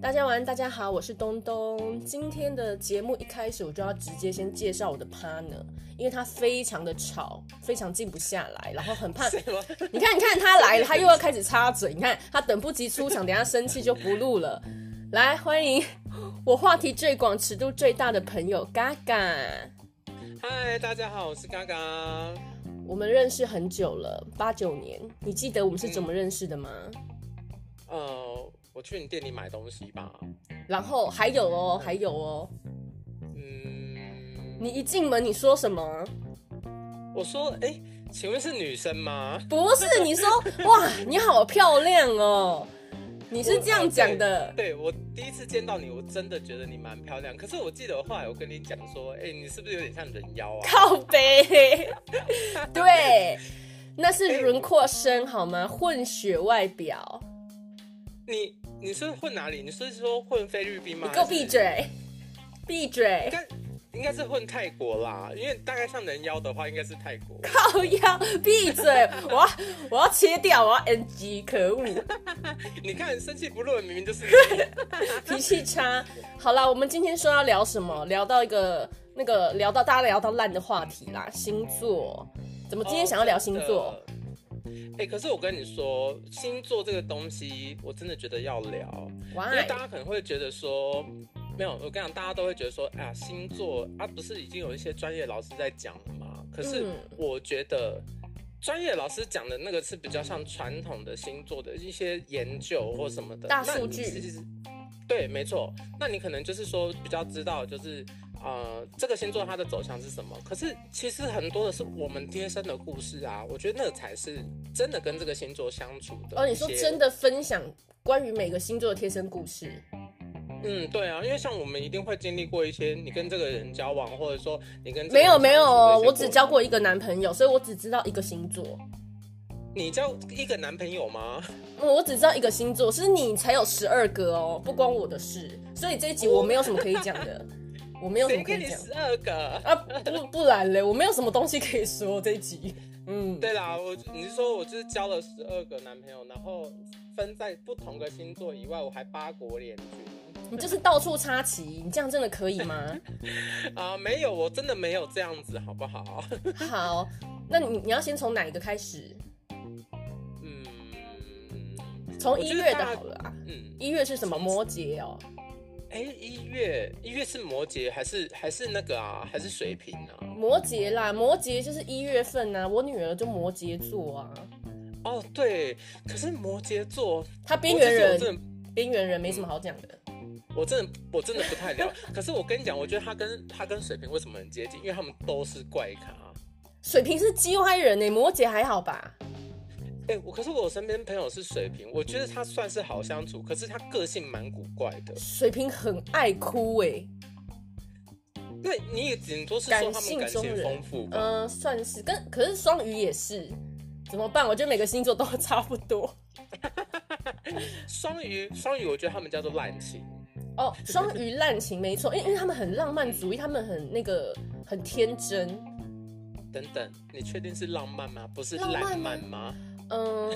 大家晚安，大家好，我是东东。今天的节目一开始我就要直接先介绍我的 partner，因为他非常的吵，非常静不下来，然后很 怕。你看，你看他来了，他又要开始插嘴。你看他等不及出场，等一下生气就不录了。来，欢迎我话题最广、尺度最大的朋友嘎嘎。嗨，大家好，我是嘎嘎。我们认识很久了，八九年。你记得我们是怎么认识的吗？呃，我去你店里买东西吧。然后还有哦，还有哦，嗯，你一进门你说什么？我说，哎、请问是女生吗？不是，你说 哇，你好漂亮哦，你是这样讲的。对我第一次见到你，我真的觉得你蛮漂亮。可是我记得我后来我跟你讲说，哎、你是不是有点像人妖啊？靠 背，对，那是轮廓深好吗？混血外表，你你是混哪里？你是说混菲律宾吗？你给我闭！嘴，闭嘴应，该应该是混泰国啦，因为大概像人妖的话，应该是泰国。靠腰，闭嘴，我要我要切掉，我要 NG，可恶。你看生气不论，明明 就是你。脾气差。好啦，我们今天说要聊什么？聊到一个那个聊到大家聊到烂的话题啦，星座。怎么今天想要聊星座？哦。真的哎、可是我跟你说，星座这个东西，我真的觉得要聊，哇、因为大家可能会觉得说，没有，我跟你讲，大家都会觉得说，哎、呀，星座啊，不是已经有一些专业老师在讲了吗？可是嗯我觉得。专业老师讲的那个是比较像传统的星座的一些研究或什么的大数据那你其实对，没错。那你可能就是说比较知道，就是呃，这个星座它的走向是什么？可是其实很多的是我们贴身的故事啊，我觉得那个才是真的跟这个星座相处的。哦，你说真的？的分享关于每个星座的贴身故事？嗯，对啊，因为像我们一定会经历过一些你跟这个人交往，或者说你跟这个没有人没有相处的一哦，些我只过交过一个男朋友，所以我只知道一个星座。你交一个男朋友吗？我我只知道一个星座，是你才有十二个哦，不关我的事。所以这一集我没有什么可以讲的，我没有什谁么可跟以你讲十二个？啊，不不然嘞，我没有什么东西可以说这一集。嗯，对啦，我你是说我就是交了十二个男朋友，然后分在不同的星座以外，我还八国联军。你就是到处插旗，你这样真的可以吗？啊、没有，我真的没有这样子，好不好？好，那你你要先从哪一个开始？嗯，从我一觉得月的大好了啊。嗯，一月是什么？摩羯哦。哎，一月一月是摩羯还是还是那个啊？还是水瓶啊？摩羯啦，摩羯就是一月份啊。我女儿就摩羯座啊，哦，对，可是摩羯座她边我缘其实我真人，的边缘人没什么好讲的。我真的我真的不太了。 可是我跟你讲，我觉得他跟他跟水瓶为什么很接近？因为他们都是怪咖。嗯水瓶是 G Y 人呢、欸摩羯还好吧？哎，我可是我身边朋友是水瓶，我觉得他算是好相处，可是他个性蛮古怪的。水瓶很爱哭哎、那你也只能说是说他们感性感中情人丰富吧？嗯、算是跟，可是双鱼也是，怎么办？我觉得每个星座都差不多双鱼，双鱼，我觉得他们叫做滥情。哦。双鱼滥情没错，因为因为他们很浪漫主义，他们很那个很天真，等等，你确定是浪漫吗？不是浪漫烂漫吗？嗯，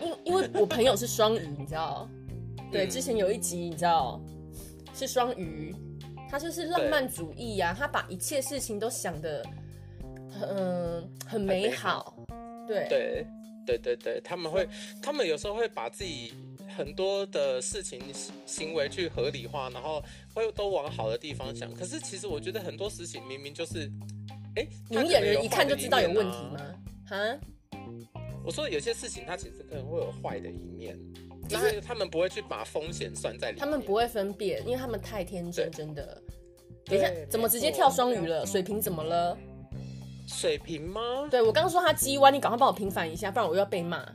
因因为我朋友是双鱼，你知 道？对，嗯之前有一集你知道是双鱼，他就是浪漫主义啊，他把一切事情都想的，嗯，很美好。对，对，对对对，他们会，他们有时候会把自己很多的事情行为去合理化，然后会都往好的地方想。可是其实我觉得很多事情明明就是，哎，明眼人一看就知道有问题吗？吗？哈，啊我说有些事情它其实可能会有坏的一面，就然是后他们不会去把风险算在里面。他们不会分辨，因为他们太天真，对真的。等对一下，怎么没错直接跳双鱼了？水瓶怎么了？水平吗？对我刚刚说他鸡歪，你赶快帮我平反一下，不然我又要被 骂。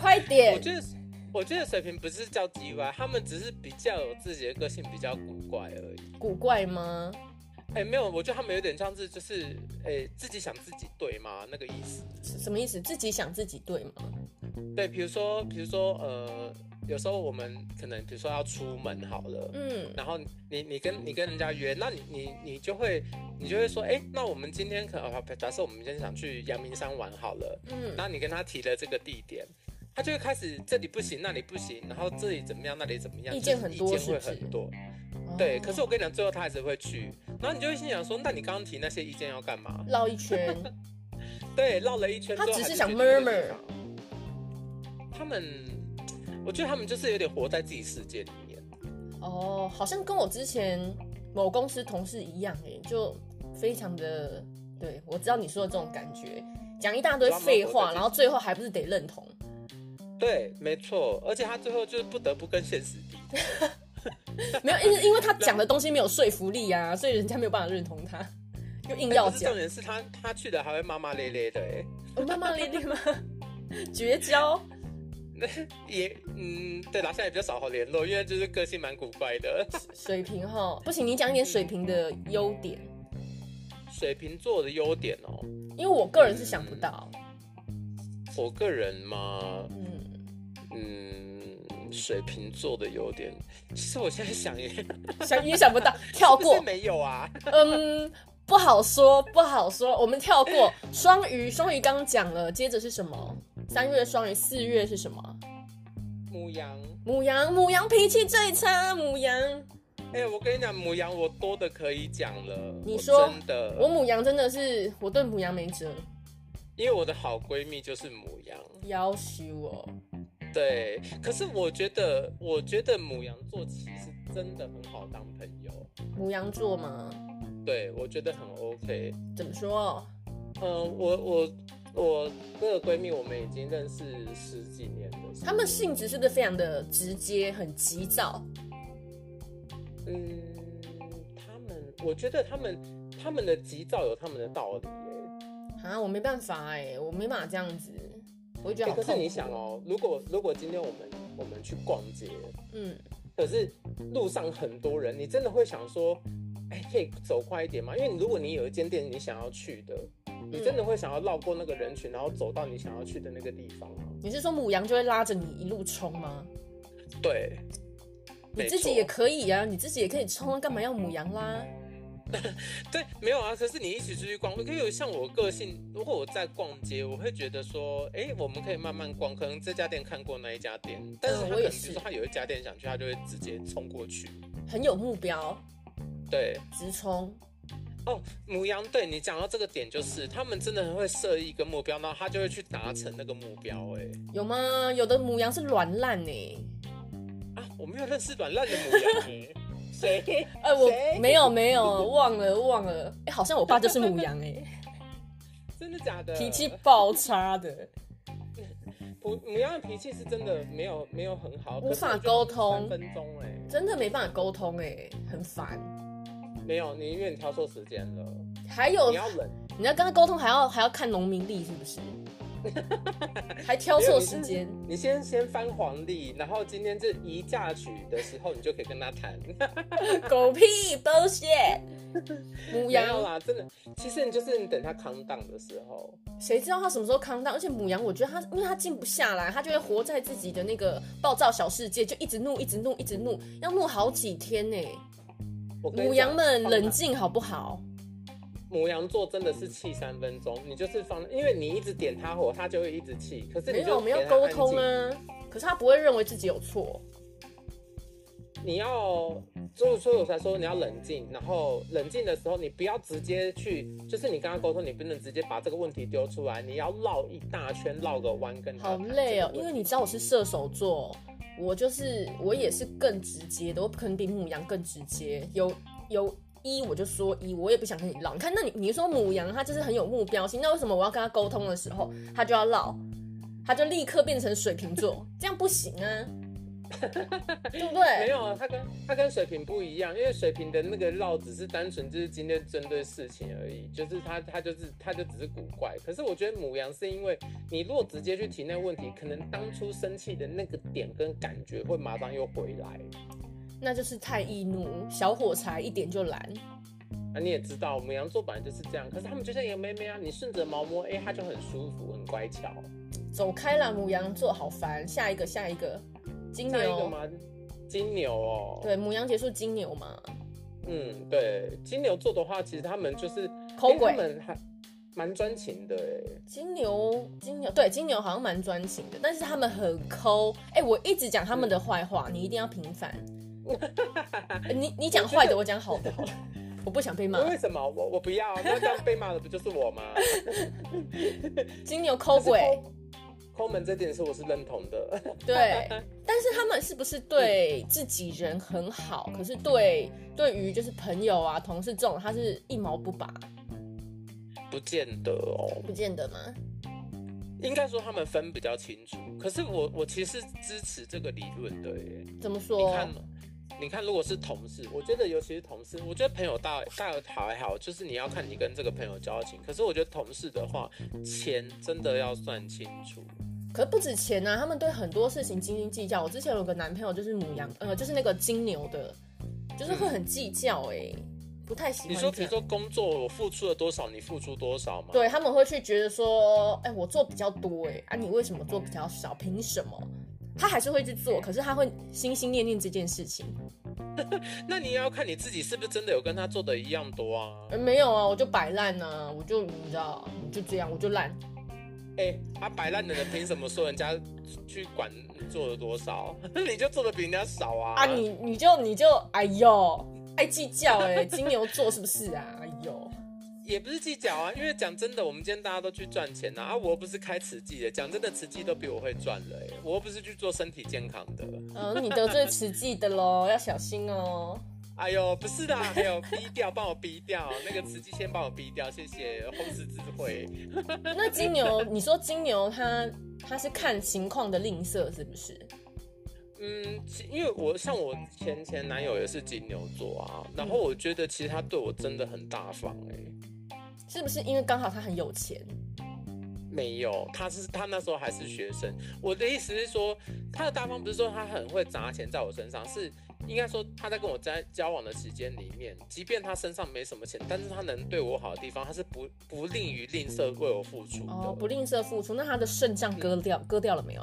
快点我！觉得，我觉得水瓶不是叫叽歪，他们只是比较有自己的个性，比较古怪而已。古怪吗？哎、没有，我觉得他们有点像是就是，哎、自己想自己对吗？那个意思。什什么意思？自己想自己对吗？对，比如说，比如说，呃，有时候我们可能比如说要出门好了。嗯，然后你你跟你跟人家约，那你你你就会你就会说，哎，那我们今天可能啊假设我们今天想去阳明山玩好了，嗯那你跟他提了这个地点，他就会开始这里不行，那里不行，然后这里怎么样，那里怎么样，意见就是很多意见会是不是很多。对，哦可是我跟你讲，最后他还是会去，然后你就会心想说，那你刚刚提那些意见要干嘛？绕一圈，对，绕了一圈之他后还只是是想决定这个 murmur 地方。他们，我觉得他们就是有点活在自己世界里面。哦，好像跟我之前某公司同事一样，哎，就非常的，对我知道你说的这种感觉，讲一大堆废话，然后最后还不是得认同。对，没错，而且他最后就是不得不跟现实比。没有，因为因为他讲的东西没有说服力啊，所以人家没有办法认同他，又硬要哎不是讲哦重。点是他他去的还会骂骂咧咧的、欸，我骂骂咧咧吗？ 绝交？也嗯，对啦，现在比较少好联络，因为就是个性蛮古怪的。水瓶哈，不行，你讲一点水瓶的优点，水瓶座的优点哦、因为我个人是想不到。我个人嘛，嗯，嗯，水瓶座的优点，其实我现在想也想也想不到，跳 不是过。没有啊。嗯，不好说，不好说，我们跳过。双鱼，双鱼刚讲了，接着是什么？三月双鱼，四月是什么？母羊，母羊，母羊脾气最差，母羊。哎、我跟你讲，母羊我多的可以讲了。你我说真的，我母羊真的是，我对母羊没辙，因为我的好闺蜜就是母羊，要求哦我。对。可是我觉得，我觉得母羊座其实真的很好当朋友，母羊座吗？对我觉得很 OK。怎么说？呃，我我我那个闺蜜，我们已经认识十几年了。他们性质是不是非常的直接，很急躁？嗯，他们，我觉得他们他们的急躁有他们的道理耶。啊，我没办法哎、我没办法这样子，我会觉欸得好可痛苦。是你想哦，如果如果今天我们我们去逛街，嗯，可是路上很多人，你真的会想说，哎、可以走快一点吗？因为如果你有一间店你想要去的，你真的会想要绕过那个人群，然后走到你想要去的那个地方吗？你是说母羊就会拉着你一路冲吗？对，你没自己错也可以啊，你自己也可以冲啊，干嘛要母羊啦？对，没有啊。可是你一起出去逛，可以有像我个性，如果我在逛街，我会觉得说，哎，我们可以慢慢逛，可能这家店看过那一家店，但是他嗯可我也能比是如说他有一家店想去，他就会直接冲过去。很有目标，对，直冲。哦，母羊，对你讲到这个点，就是他们真的很会设一个目标，然后他就会去达成那个目标。哎，有吗？有的母羊是软烂呢。啊，我没有认识软烂的母羊 哎，谁？哎、我谁没有没有，忘了忘了。哎、好像我爸就是母羊哎、 真的假的？脾气爆差的，母母羊的脾气是真的没有没有很好，无法沟通三分钟哎，真的没办法沟通哎、很烦。没有，你因为你挑错时间了，还有你要冷。你要跟他沟通，还要还要看农民历是不是？还挑错时间，你先先翻黄历，然后今天这一嫁娶的时候，你就可以跟他谈。狗屁 bullshit！母没有羊，啦，真的，其实你就是你等他扛档的时候，谁知道他什么时候康荡？而且母羊，我觉得他，因为他静不下来，他就会活在自己的那个暴躁小世界，就一直怒，一直怒，一直怒，要怒好几天呢、我跟你母讲羊们放冷胆静好不好？母羊座真的是气三分钟，你就是放，因为你一直点他火，他就会一直气。可是没你有，就我们要给他沟安静通，啊。可是他不会认为自己有错，你要，就是所以我才说你要冷静，然后冷静的时候，你不要直接去，就是你跟他沟通，你不能直接把这个问题丢出来，你要绕一大圈，绕个弯跟他好谈累哦。这个问题因为你知道我是射手座，我就是我也是更直接的，我可能比母羊更直接。有有一我就说一，我也不想跟你唠。你看，那你你说母羊他就是很有目标性，那为什么我要跟他沟通的时候他就要唠，他就立刻变成水瓶 座，这样不行啊，对不没对？有，啊，他跟他跟水瓶不一样，因为水瓶的那个绕只是单纯就是今天针对事情而已，就是他他就是他就只是古怪。可是我觉得母羊是因为你如果直接去提那个问题，可能当初生气的那个点跟感觉会马上又回来。那就是太易怒，小火柴一点就燃。啊，你也知道母羊座本来就是这样，可是他们就像一个妹妹啊，你顺着毛摸，哎、它就很舒服，很乖巧。走开啦，母羊座好烦。下一个，下一个，金下一个牛。嘛，金牛哦，，对，母羊结束金牛嘛，嗯，对，金牛座的话，其实他们就是抠因为鬼他们还蛮专情的哎。金牛，金牛，对，金牛好像蛮专情的，但是他们很抠。哎、我一直讲他们的坏话，你一定要平反。呃你你讲坏的，我讲好的好了，我不想被骂。为什么我我不要？啊那这样被骂的不就是 我吗？金牛抠鬼，抠门这点是我是认同的。 对。但是他们是不是对自己人很好？可是对对于就是朋友啊、同事这种，他是一毛不拔，不见得哦，不见得吗？应该说他们分比较清楚。可是我我其实是支持这个理论的耶。怎么你说？看，你看，如果是同事，我觉得尤其是同事，我觉得朋友大大好还好，就是你要看你跟这个朋友交情。可是我觉得同事的话，钱真的要算清楚。可是不止钱啊，他们对很多事情斤斤计较。我之前有个男朋友就是母羊，呃，就是那个金牛的，就是会很计较、欸，不太喜欢嗯你这说，样。比如说工作，我付出了多少，你付出多少吗？对他们会去觉得说，哎、我做比较多、欸，哎，啊，你为什么做比较少？凭什么？他还是会去做，可是他会心心念念这件事情。那你也要看你自己是不是真的有跟他做的一样多啊？呃，没有啊，我就摆烂啊，我就你知道，我就这样，我就烂。哎、啊，摆烂的人凭什么说人家去管你做了多少？ 你就做的比人家少啊！啊，你你就你就，哎呦，爱计较哎、金牛座是不是啊？哎呦，也不是计较啊，因为讲真的，我们今天大家都去赚钱呐、啊，啊，我又不是开慈济的，讲真的，慈济都比我会赚了、欸，我又不是去做身体健康的。嗯，你得罪慈济的喽，要小心哦。哎呦，不是啦，还有逼掉，帮我逼掉，那个慈济先帮我逼掉，谢谢后世智慧。那金牛，你说金牛他他是看情况的吝啬是不是？嗯，其因为我像我前前男友也是金牛座啊，然后我觉得其实他对我真的很大方哎、是不是因为刚好他很有钱？没有，他是他那时候还是学生。我的意思是说，他的大方不是说他很会砸钱在我身上，是应该说他在跟我在交往的时间里面，即便他身上没什么钱，但是他能对我好的地方，他是不不吝于吝啬为我付出的。哦，不吝啬付出。那他的肾脏割掉割掉了没有？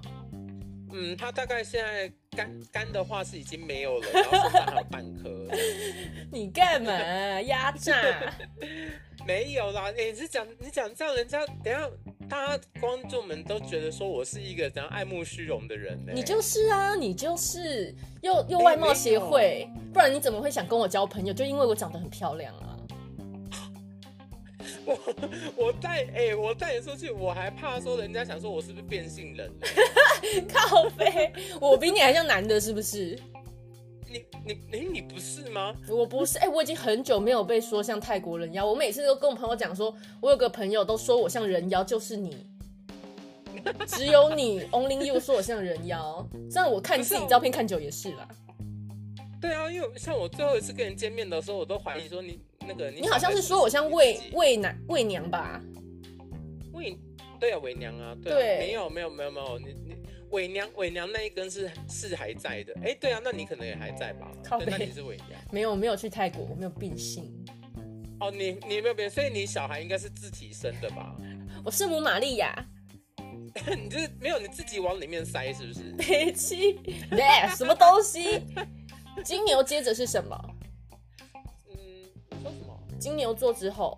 嗯，他大概现在肝肝的话是已经没有了，然后身上还有半颗。你干嘛压榨？没有啦， 诶你是讲你讲这样，人家等一下大家观众们都觉得说我是一个怎样爱慕虚荣的人呢、你就是啊，你就是又又外貌协会，不然你怎么会想跟我交朋友？就因为我长得很漂亮啊。 我 我带哎、我带你出去，我还怕说人家想说我是不是变性人 呢、靠背，我比你还像男的，是不是？你你你你不是吗？我不是，哎、我已经很久没有被说像泰国人妖。我每次都跟我朋友讲说，我有个朋友都说我像人妖，就是你，只有你，Only You 说我像人妖。这样我看自己照片看久也是啦。对啊，因为像我最后一次跟人见面的时候，我都怀疑说你那个你你好像是说我像魏你自己魏男魏娘吧？魏对啊伪娘啊对啊对没有没有没有没有你你伪娘伪娘那一根是是还在的哎、对啊那你可能也还在吧靠对北那你是伪娘没有，我没有去泰国，我没有变性，哦你你有没有变所以你小孩应该是自体生的吧 我圣母玛利亚。 你就是没有你自己往里面塞是不是？北七，对，什么东西？金牛接着是什么？嗯，你说什么？金牛座之后，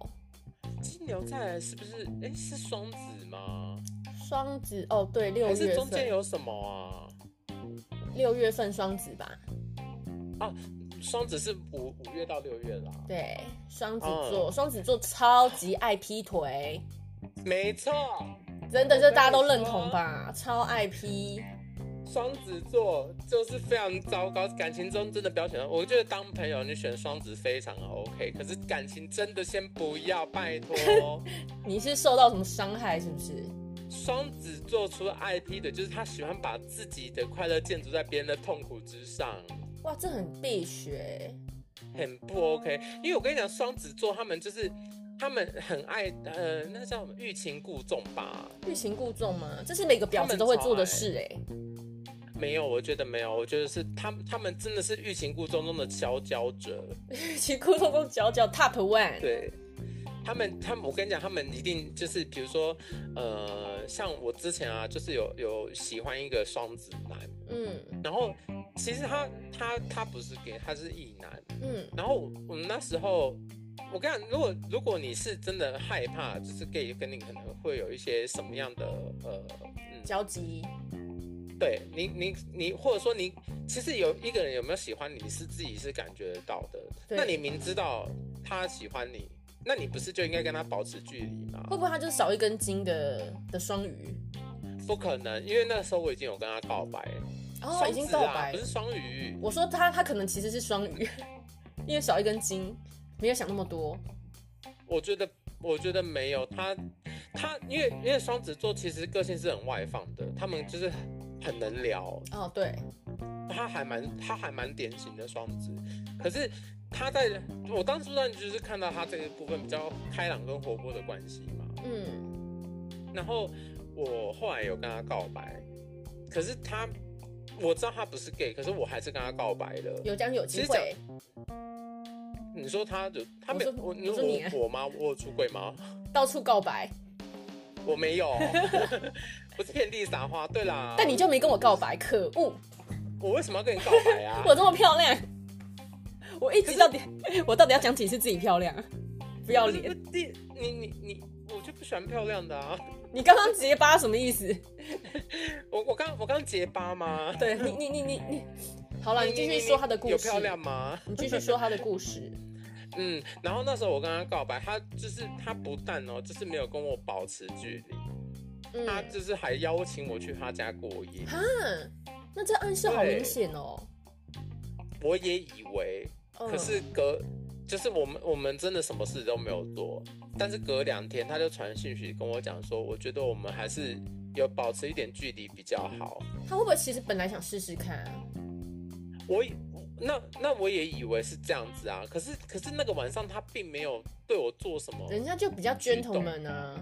金牛再来是不是？哎、是双子吗？双子哦，对，六还月是中间份，有什么啊？六月份双子吧？双子是五五月到六月啦，对，双子嗯座，双、子座超级爱劈腿，没错，嗯真的，这大家都认同吧？超爱劈，双子座就是非常糟糕，感情中真的不要选。我觉得当朋友你选双子非常的 OK，可是感情真的先不要，拜托。 你是受到什么伤害是不是？双子座除了爱劈的，就是他喜欢把自己的快乐建筑在别人的痛苦之上。哇，这很必学，很不 OK，因为我跟你讲，双子座他们就是他们很爱呃，那叫什么欲擒故纵吧？欲擒故纵吗？这是每个婊子都会做的事哎、没有，我觉得没有，我觉得是他们他们真的是欲擒故纵中的佼佼者。欲擒故纵中佼佼 top one，对，他们他们，我跟你讲，他们一定就是比如说呃，像我之前啊，就是有有喜欢一个双子男，嗯然后其实他他他不是 gay，他是异男，嗯然后我们那时候。我跟你讲，如果如果你是真的害怕，就是 gay 跟你可能会有一些什么样的呃，嗯，交集，对你你你，或者说你其实有一个人有没有喜欢你是自己是感觉得到的，对那你明知道他喜欢你，那你不是就应该跟他保持距离吗？会不会他就少一根筋的的双鱼？不可能，因为那时候我已经有跟他告白了，哦，双已经子告啊白不是双鱼，我说他他可能其实是双鱼， 因为少一根筋，没有想那么多。我觉得我觉得没有他他，因为因为双子座其实个性是很外放的，他们就是很能聊，哦，对，他还蛮他还蛮典型的双子，可是他在我当初当然就是看到他这一部分比较开朗跟活泼的关系嘛，嗯，然后我后来有跟他告白，可是他我知道他不是 gay，可是我还是跟他告白了。有将有机其实会。你说他有他没有我说我我说你啊我我吗？我有出轨吗？到处告白，我 没有，我是遍地撒花。对啦，但你就没跟我告白，可恶！我为什么要跟你告白啊？ 我这么漂亮，我一直到底，我到底要讲几次自己漂亮啊？不要不脸！是不是你你你，我就不喜欢漂亮的啊。你刚刚结巴什么意思？我我刚我刚结巴吗？对你你你你你，好了，你你继续说他的故事。有漂亮吗？你继续说他的故 事。嗯，然后那时候我跟他告白，他就是他不但哦，就是没有跟我保持距离，嗯，他就是还邀请我去他家过夜。哈，那这暗示好明显哦。我也以为，嗯可是隔就是我们我们真的什么事都没有做，但是隔两天他就传讯息跟我讲说，我觉得我们还是有保持一点距离比较好。他会不会其实本来想试试看啊？我以那那我也以为是这样子啊，可是可是那个晚上他并没有对我做什么，人家就比较举动 gentleman 啊。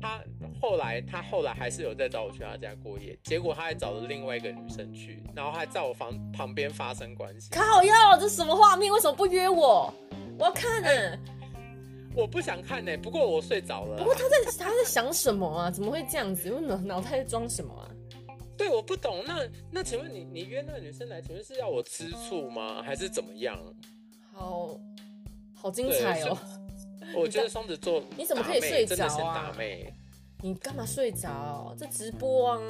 他后来他后来还是有再找我去他家过夜，结果他还找了另外一个女生去，然后还在我房旁边发生关系。靠要这什么画面？为什么不约我？我要看啊呢、哎我不想看呢、欸不过我睡着了不啦。过他在他在想什么啊？怎么会这样子？为什么脑袋在装什么啊？对，我不懂。那那请问你你约那个女生来，请问是要我吃醋吗，还是怎么样？好好精彩对哦！我觉得双子座 你怎么可以打妹睡真的着是啊打妹，你干嘛睡着？这直播啊！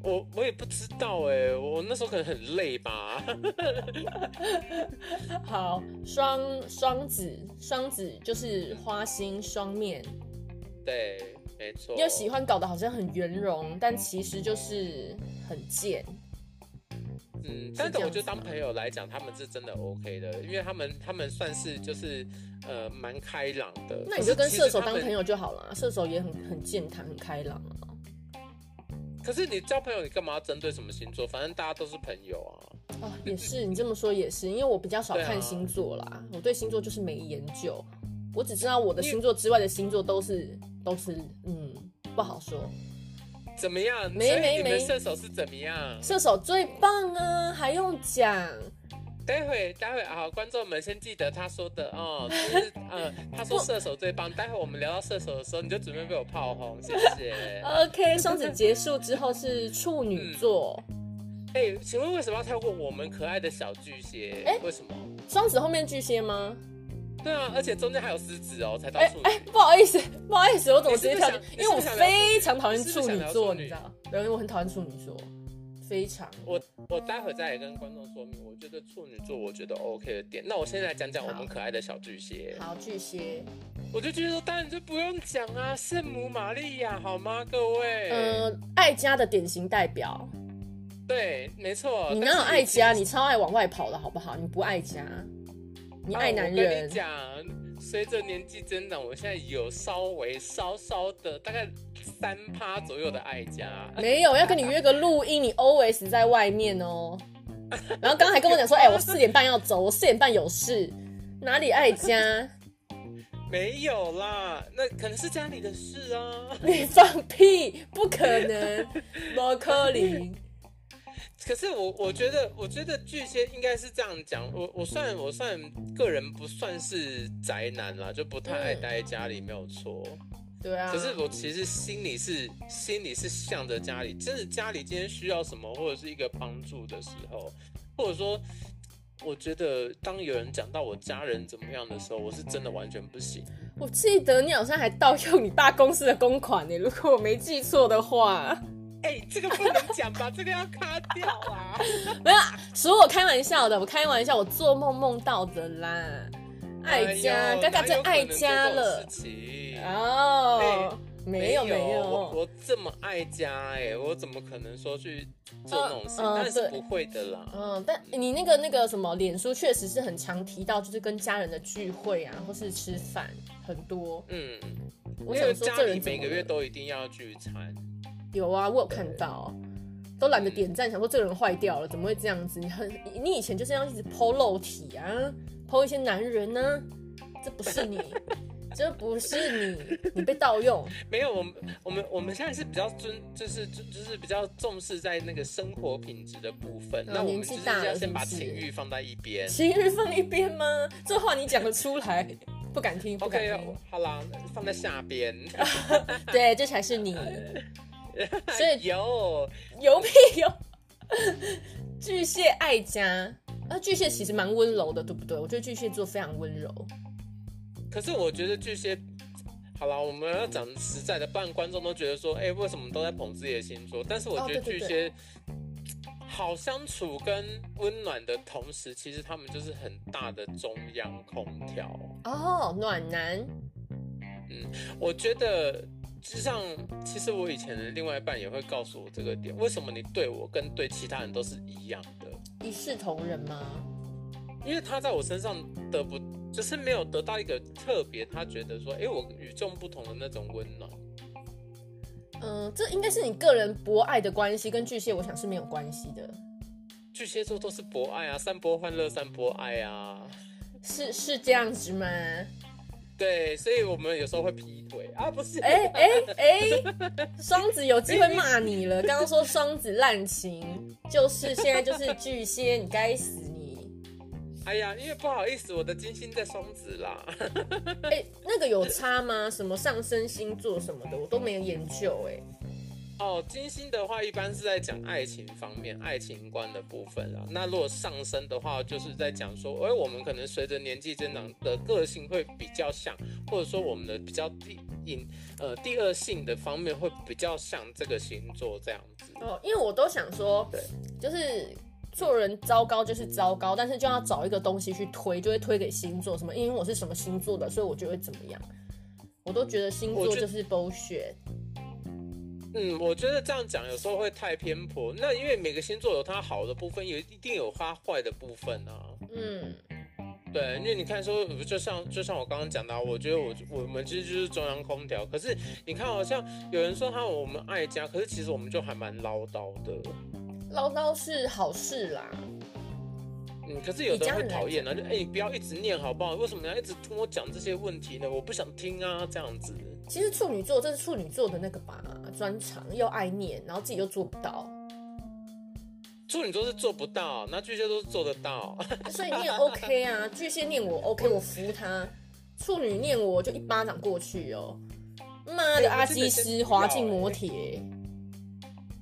我我也不知道哎、我那时候可能很累吧。 好，双双子，双子就是花心双面，对，没错。又喜欢搞得好像很圆融，但其实就是很贱。嗯，这但是样我觉得子吗当朋友来讲，他们是真的 OK 的，因为他们他们算是就是呃蛮开朗的。那你就跟射手当朋友。友就好了，啊射手也很很健谈、很开朗啊。可是你交朋友，你干嘛要针对什么星座？反正大家都是朋友啊。哦，也是，你这么说也是，因为我比较少对啊看星座啦，我对星座就是没研究，我只知道我的星座之外的星座都是都是，嗯，不好说。怎么样？没所以没你们没射手是怎么样？射手最棒啊，还用讲？待会待会啊，观众们先记得他说的哦，就是呃，他说射手最棒。待会我们聊到射手的时候，你就准备被我炮轰，谢 谢。 OK，双子结束之后是处女嗯座，哎、请问为什么要跳过我们可爱的小巨蟹？哎为什么？双子后面巨蟹吗？对啊，而且中间还有狮子哦，才到哎处。哎，不好意思，不好意思，我怎么直接跳进你是？不因是为我想你是不是想聊非常讨厌你是不处是女想聊座，处女你知道？对，因为我很讨厌处女座，非常。我我待会再来跟观众说明，我觉得处女座我觉得 OK 的点。那我现在来讲讲我好们可爱的小巨蟹，好，巨蟹，我就觉得说当然就不用讲啊，圣母玛利亚好吗？各位，嗯、爱家的典型代表。对，没错。你哪哦但是有爱已经家？你超爱往外跑的好不好？你不爱家，你爱男啊我跟人你。讲，随着年纪增长，我现在有稍微稍稍的大概三趴左右的爱家。没有要跟你约个录音，你 always 在外面哦。然后刚还跟我 讲说，哎、我四点半要走，我四点半有事，哪里爱家？没有啦，那可能是家里的事啊。你放屁，不可能，不可能。可是我我觉得，我觉得巨蟹应该是这样讲。我我算我算个人不算是宅男啦，就不太爱嗯待在家里，没有错。对啊，可是我其实心里是心里是向着家里，真的家里今天需要什么或者是一个帮助的时候，或者说我觉得当有人讲到我家人怎么样的时候，我是真的完全不行。我记得你好像还盗用你爸公司的公款呢，如果我没记错的话。 哎、这个不能讲吧，这个要卡掉啊！没有啊，所以我开玩笑的，我开玩笑，我做梦梦到的啦。爱家，哎呦嘎嘎哪真有可爱能做家这种了事。情哎哦，没有没啊我我这么爱家哎、我怎么可能说去做那种事？嗯嗯当然是对不会的啦。嗯，但你那个那个什么，脸书确实是很常提到，就是跟家人的聚会啊，或是吃饭很多。嗯，我因想为说，家这里人怎每么个月了都一定要聚餐，有啊，我有看到，都懒得点赞，想说这个人坏掉了，怎么会这样子？你很，你以前就是要一直剖肉体啊，剖一些男人呢、这不是你， 这不是你，你被盗用。没有我们我们我们现在是比较尊，就是就就是比较重视在那个生活品质的部分。嗯那我们年纪就是大了要先把是不情是欲放在一边。情欲放一边吗？这话你讲得出来？不敢听，不敢 OK，哦听。好啦，放在下边。对，这才是你。 所哎以 有有屁有！ 巨蟹爱家，啊，巨蟹其实蛮温柔的，对不对？我觉得巨蟹座非常温柔。可是我觉得巨蟹，好了，我们要讲实在的，不然观众都觉得说，哎、为什么都在捧自己的星座？但是我哦觉得对对巨对蟹、好相处跟温暖的同时，其实他们就是很大的中央空调。哦，暖男，我觉得。就像，其实我以前的另外一半也会告诉我这个点，为什么你对我跟对其他人都是一样的？一视同仁吗？因为他在我身上得不，就是没有得到一个特别，他觉得说，哎、我与众不同的那种温暖。嗯、这应该是你个人博爱的关系，跟巨蟹我想是没有关系的，巨蟹座都是博爱啊，三波欢乐三波爱啊。是是这样子吗？对，所以我们有时候会劈腿啊，不是？哎哎哎，双子有机会骂你了。刚刚说双子滥情，就是现在就是巨蟹，你该死你！哎呀，因为不好意思，我的金星在双子啦。哎、那个有差吗？什么上升星座什么的，我都没有研究、哦，金星的话一般是在讲爱情方面、爱情观的部分啊。那如果上升的话，就是在讲说，哎、我们可能随着年纪增长的个性会比较像，或者说我们的比较第隐呃第二性的方面会比较像这个星座这样子。哎，哦，因为我都想说对，就是做人糟糕就是糟糕，但是就要找一个东西去推，就会推给星座什么，因为我是什么星座的，所以我就会怎么样。我都觉得星我座觉就是 bullshit，嗯，我觉得这样讲有时候会太偏颇。那因为每个星座有它好的部分，也一定有它坏的部分啊。嗯，对，因为你看说，就像就像我刚刚讲的啊，我觉得我我们其实就是中央空调。可是你看，好像有人说他我们爱家，可是其实我们就还蛮唠叨的。唠叨是好事啦，嗯，可是有的以家人人会来讨厌啊，就哎、你不要一直念好不好？为什么你要一直跟我讲这些问题呢？我不想听啊，这样子。其实处女座这是处女座的那个吧专长，又爱念，然后自己又做不到，处女座是做不到，那巨蟹座是做得到。 所以你也 OK 啊。巨蟹念我 OK，我服他；处女念我就一巴掌过去哦。妈哎的，我阿真基的先不斯要滑进哎摩铁。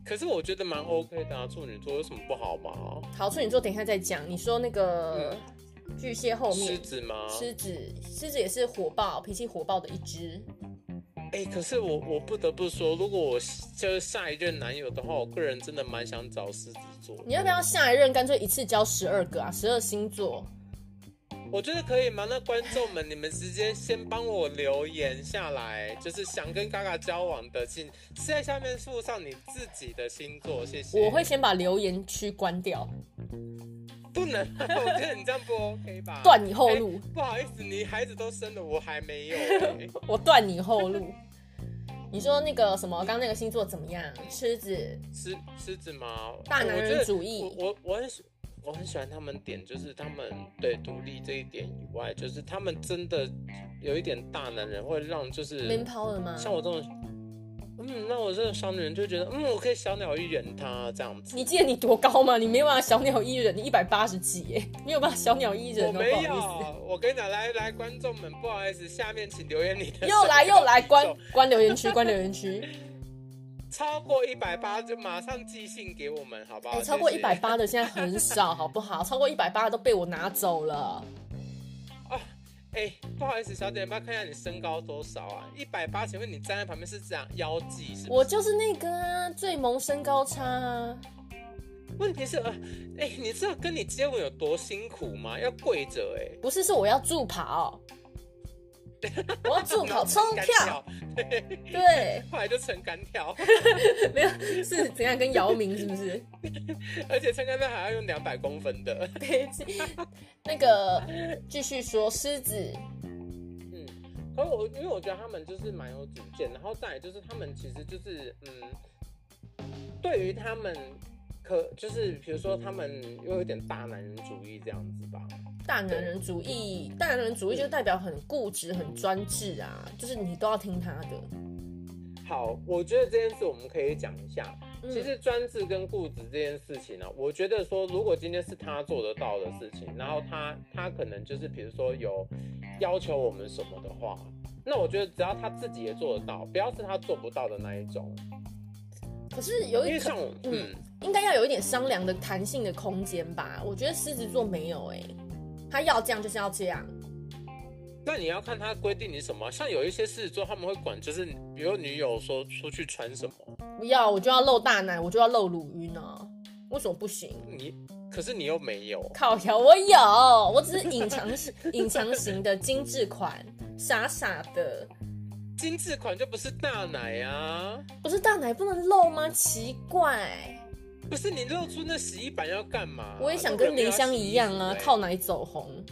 可是我觉得蛮 OK 的啊，处女座有什么不好吗？好，处女座等一下再讲。你说那个巨蟹呃后嗯狮面，子吗？狮子，狮子也是火爆，脾气火爆的一只。哎、可是我我不得不说，如果我就是下一任男友的话，我个人真的蛮想找狮子座。你要不要下一任干脆一次交十二个啊？十二星座。我觉得可以吗？那观众们，你们直接先帮我留言下来，就是想跟嘎嘎交往的，请是在下面附上你自己的星座，谢谢。我会先把留言区关掉，不能， 我觉得你这样不 OK 吧？ 哎断你后路，不好意思，你孩子都生了，我还 没有、哎我断你后路。你说那个什么，刚刚那个星座怎么样？狮子，狮狮子吗？大男人主义哎我觉得我我我很喜我很喜欢他们点，就是他们对独立这一点以外，就是他们真的有一点大男人，会让就 man 是 power 吗？像我这种。嗯，那我这种小女人就觉得，嗯，我可以小鸟依人他这样子。你记得你多高吗？你没有办法小鸟依人，你一百八十几耶，没有办法小鸟依人我哦，没不好意有，我跟你讲，来来，观众们，不好意思，下面请留言你的。思。又来又来，关。关留言区，关留言区。超过一百八就马上寄信给我们，好不好？哎、超过啊谢一谢百八的现在很少，好不好？超过一百八的都被我拿走了。啊，哎、不好意思，小姐，要不要看一下你身高多少啊？一百八，请问你站在旁边是这样腰际是不是？我就是那个啊，最萌身高差啊。问题是，呃哎、你知道跟你接吻有多辛苦吗？要跪着哎、不是，是我要助 跑，我要助跑冲干票，，对，后来就撑杆跳， 没有是怎样跟姚明是不是？而且撑杆跳还要用两百公分的。 对，是那个继续说狮子，嗯，可是我因为我觉得他们就是蛮有主见，然后再来就是他们其实就是嗯，对于他们可就是比如说他们又有点大男人主义这样子吧。大男人主义，大男人主义就代表很固执、很专制啊，就是你都要听他的。好，我觉得这件事我们可以讲一下。嗯其实专制跟固执这件事情呢、啊我觉得说，如果今天是他做得到的事情，然后他他可能就是比如说有要求我们什么的话，那我觉得只要他自己也做得到，不要是他做不到的那一种。可是有因一为可像我，嗯嗯，应该要有一点商量的弹性的空间吧？我觉得狮子座没有哎、他要这样就是要这样，嗯那你要看他规定你什么。啊像有一些狮子座他们会管，就是比如女友说出去穿什么，不要我就要露大奶，我就要露乳晕啊，为什么不行？你可是你又没有。靠腰，我有，我只是隐藏 隐藏型的精致款，傻傻的，精致款就不是大奶啊，不是大奶不能露吗？奇怪，不是你露出那洗衣板要干嘛？我也想跟林香一样啊，那个没有要洗衣服欸靠奶走红。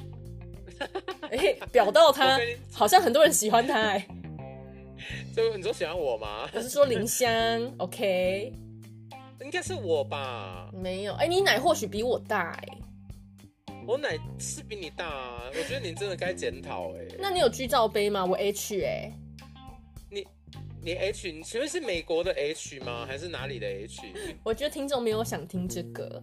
哎、表到他 我跟你，好像很多人喜欢他、哎，就你说喜欢我吗？ 我是说林香，OK，应该是我吧，没有，哎、你奶或许比我大、哎，我奶是比你大啊，我觉得你真的该检讨哎。那你有剧照杯吗？我 H 哎、你你 H，你请问是美国的 H 吗？还是哪里的 H？我觉得听众没有想听这个，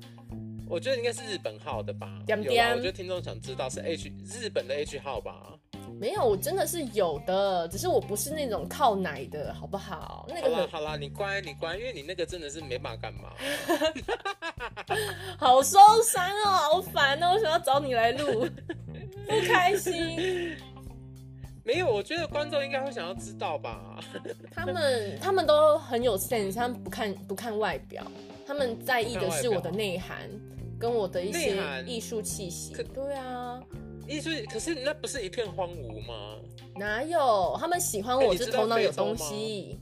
我觉得应该是日本号的吧。点有啦点我觉得听众想知道是 H 日本的 H 号吧。没有，我真的是有的，只是我不是那种靠奶的，好不好？那好个很啦好啦，你乖你乖，因为你那个真的是没办法干嘛。好受伤哦，好烦哦！为什么要找你来 录？不开心。没有，我觉得观众应该会想要知道吧。他 们他们都很有 sense，他们不看不看外表，他们在意的是我的内涵，跟我的一些内涵艺术气息可。对啊，艺术，可是那不是一片荒芜吗？哪有？他们喜欢哎我你是知道头脑非有洲东吗西，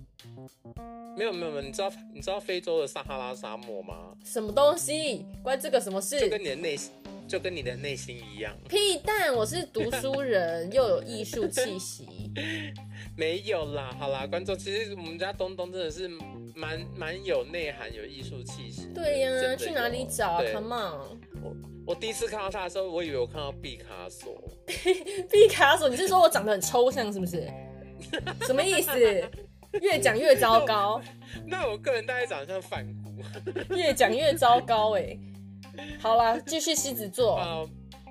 没有没有没有，你知道你知道非洲的撒哈拉沙漠吗？什么东西？关这个什么就事？跟你的内心，就跟你的内心一样，屁蛋！我是读书人，又有艺术气息。没有啦。好啦，观众，其实我们家东东真的是蛮蛮有内涵、有艺术气息的。对呀、 真的去有哪里找啊对？Come on。我第一次看到他的时候，我以为我看到毕卡索，毕卡索，你是说我长得很抽象是不 是？什么意思？越讲越糟糕，那我个人大概长得像梵谷。越讲越糟糕哎、好啦，继续狮子座，啊、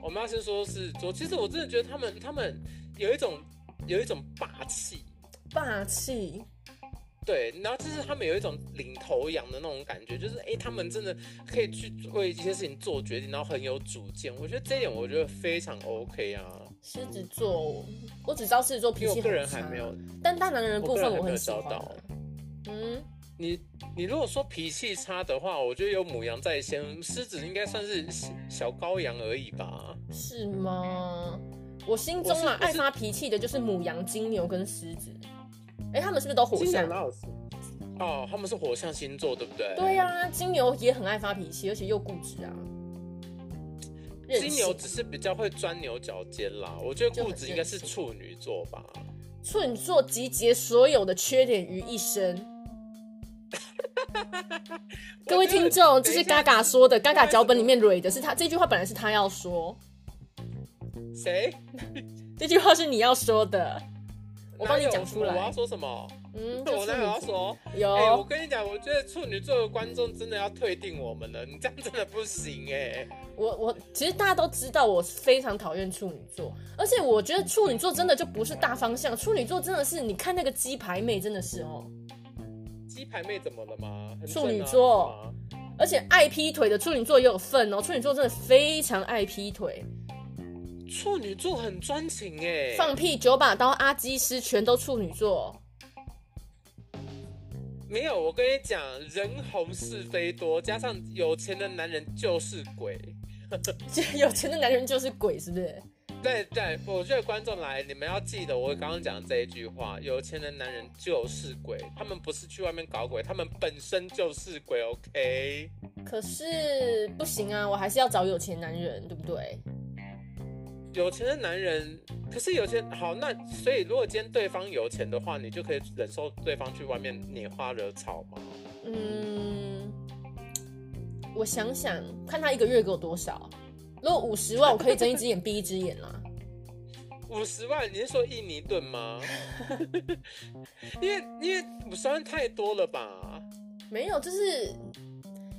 我们要先说是做，其实我真的觉得他们他们有一种有一种霸气，霸气，对，然后就是他们有一种领头羊的那种感觉，就是哎、诶他们真的可以去为一些事情做决定，然后很有主见。我觉得这一点我觉得非常 OK 啊，狮子座，我只知道狮子座脾因为气我个人很差还没有，但大男人的部分我个人还没有很喜欢找到啊。嗯，你你如果说脾气差的话，我觉得有母羊在先，狮子应该算是小羔羊而已吧。是吗？我心中啊，我是我是爱发脾气的就是母羊、金牛跟狮子。哎、他们是不是都火象？老师哦，他们是火象星座，对不对？对啊呀、金牛也很爱发脾气，而且又固执啊。任金牛性只是比较会钻牛角尖啦，我觉得就固很执应该是任性处女座吧。处女座集结所有的缺点于一身。各位听众，这是嘎嘎说的，嘎嘎脚本里面蕊的是他这句话，本来是他要说，谁？这句话是你要说的。我帮你哪有讲出来我要说什么？嗯，就 我是哪有要说？你有、哎、我跟你讲，我觉得处女座的观众真的要退订我们了，你这样真的不行哎、我我其实大家都知道，我非常讨厌处女座，而且我觉得处女座真的就不是大方向，处女座真的是你看那个鸡排妹真的是哦，鸡排妹怎么了吗？很处女正啊座好吗而且爱劈腿的处女座也有份哦，处女座真的非常爱劈腿，处女座很专情哎，放屁九把刀阿基师全都处女座， 没有，我跟你讲，人红是非多，加上有钱的男人就是鬼。有钱的男人就是鬼，是不是？对对，我觉得观众来，你们要记得我刚刚讲这一句话：有钱的男人就是鬼，他们不是去外面搞鬼，他们本身就是鬼。OK，可是不行啊，我还是要找有钱男人，对不对？有钱的男人，可是有钱好，那所以如果今天对方有钱的话，你就可以忍受对方去外面拈花惹草吗？嗯，我想想，看他一个月给我多少。如果五十万，我可以睁一只眼闭一只眼啦。五十万，你是说印尼盾吗？ 因为因为五十万太多了吧？没有，就是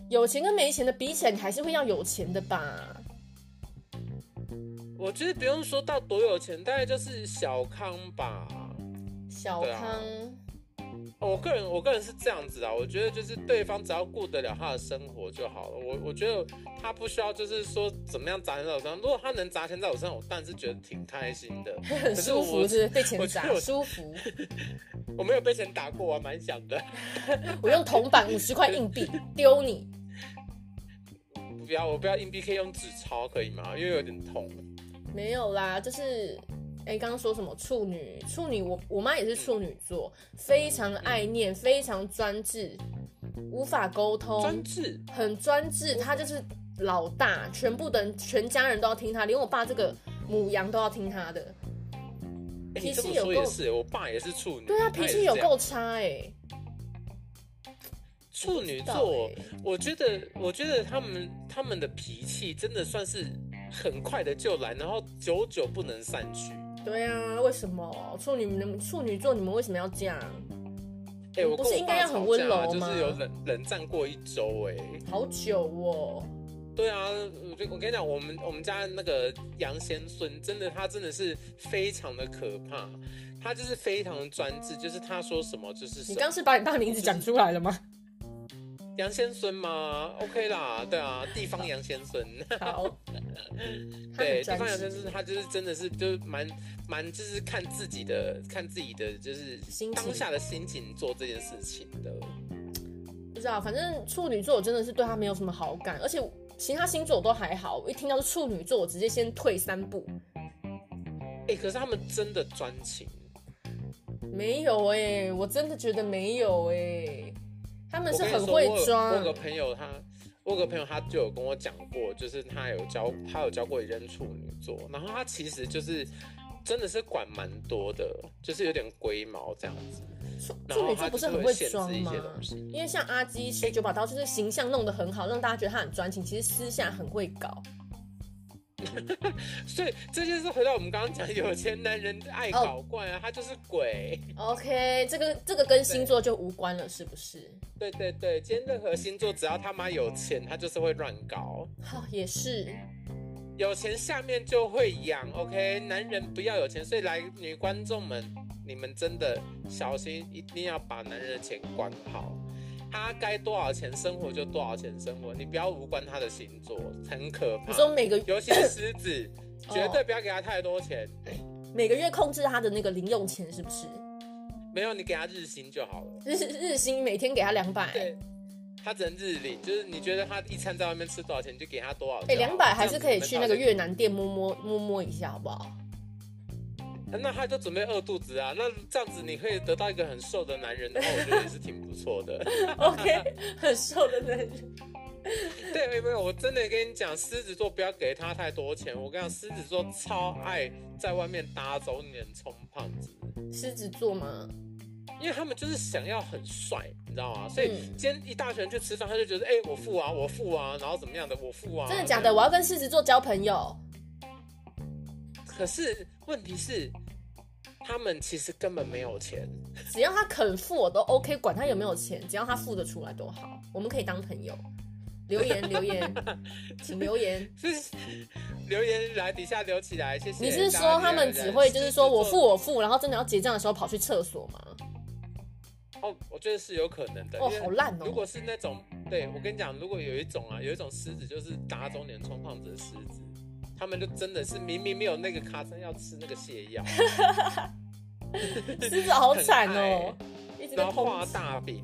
有钱跟没钱的比起来，你还是会要有钱的吧？我觉得不用说到多有钱，大概就是小康吧。小对啊康，我个人我个人是这样子啊，我觉得就是对方只要顾得了他的生活就好了。我我觉得他不需要就是说怎么样砸钱在我身上，如果他能砸钱在我身上，我当然是觉得挺开心的。很啊可是舒服，是不我是被钱我砸觉得我舒服。我没有被钱打过，我还蛮想的。 我用铜板五十块硬币丢你，不要我不要硬币，可以用纸钞可以吗？因为有点痛。没有啦，就是哎，刚刚说什么处女？处女，我我妈也是处女座，非常爱念，非常专制，无法沟专通，制，很专制，她就是老大，全部的人全家人都要听她，连我爸这个母羊都要听她的。哎、脾你这么气有说也够是，我爸也是处女，对啊，他也脾是气有这样够差哎、处女到座。欸我觉得，我觉得他们他们的脾气真的算是很快的就来，然后久久不能散去。对啊，为什么处女们处女座你们为什么要这样？哎、我嗯不跟是我应该爸要吵很温架啊柔就吗是有冷冷战过一周、哎，好久哦，对啊，我就我跟你讲，我们我们家那个杨先孙，真的他真的是非常的可怕，他就是非常专制，就是他说什么就是什你么。刚是把你爸名字讲出来了 吗？杨先孙吗？OK 啦，对啊，地方杨先孙。好，他很对，地专方养制生是他就是真的是就是蛮蛮就是看自己的看自己的就是心情当下的心情做这件事情的。不知道，反正处女座我真的是对他没有什么好感，而且其他星座我都还好，我一听到是处女座，我直接先退三步。哎、可是他们真的专情，没有哎、我真的觉得没有哎、他们我是跟你很说，我会有我有装个，朋友他，我有个朋友他就有跟我讲过，就是他有交他有交过一任处女座，然后他其实就是真的是管蛮多的，就是有点龟毛这样子。处然处后女座他不就是是很会会限制装一吗些东西？因为像阿基师九把刀就是形象弄得很好，让大家觉得他很专情，其实私下很会搞。所以这件事回到我们刚刚讲，有钱男人爱哦搞怪啊，他就是鬼。 OK，这个这个跟星座就无关了，是不是？对对对，今天任何星座只要他妈有钱，他就是会乱搞。好、也是，有钱下面就会痒，OK？男人不要有钱，所以来女观众们，你们真的小心，一定要把男人的钱管好。他该多少钱生活就多少钱生活，你不要无关他的星座，很可你说怕。每个尤其是狮子，哦绝对不要给他太多钱，每个月控制他的那个零用钱，是不是？没有你给他日薪就好了。日日薪每天给他两百，对，他只能日领，就是你觉得他一餐在外面吃多少钱，你就给他多少。哎，两百还是可以去那个月。越南店摸摸摸摸一下，好不好？那他就准备饿肚子啊，那这样子你可以得到一个很瘦的男人的话，我觉得也是挺不错的。 OK，很瘦的男人。对，没有没有，我真的跟你讲，狮子座不要给他太多钱。我跟你讲，狮子座超爱在外面打肿脸充胖子，狮子座吗？因为他们就是想要很帅，你知道吗？所以嗯今天一大群人去吃饭，他就觉得，哎、我付啊，我付啊，然后怎么样的，我付啊。真的假的？我要跟狮子座交朋友。可是问题是，他们其实根本没有钱。只要他肯付，我都 OK，管他有没有嗯钱，只要他付得出来都好，我们可以当朋友。留言留言， 请留言。就是 留言来底下留起来，谢谢。你是大家说留他们言只会就是说我狮子付座我付，然后真的要结账的时候跑去厕所吗？哦，我觉得是有可能的。哦因为好烂哦如果是那种，对我跟你讲，如果有一种啊，有一种狮子就是打肿脸充胖子的狮子，他们就真的是明明没有那个咖餐要吃那个泻 药，狮子好惨很哦一爱，直被然后画抨击。大饼。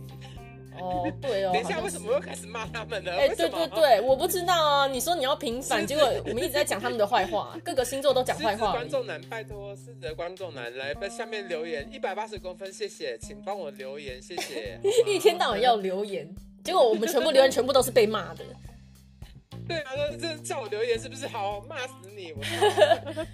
哦，对哦。 等一好下，像为什是么又开始骂他们呢？哎、为对什么对，对，我不知道啊。你说你要平 反，结果我们一直在讲他们的坏话，各个星座都讲狮坏子话而观已。。众男，拜托狮子的观众男来在下面留言，一百八十公分，谢谢，请帮我留言，谢谢 一天到晚要留言，结果我们全部留言全部都是被骂的。对啊，那这叫我留言是不是好骂死你？我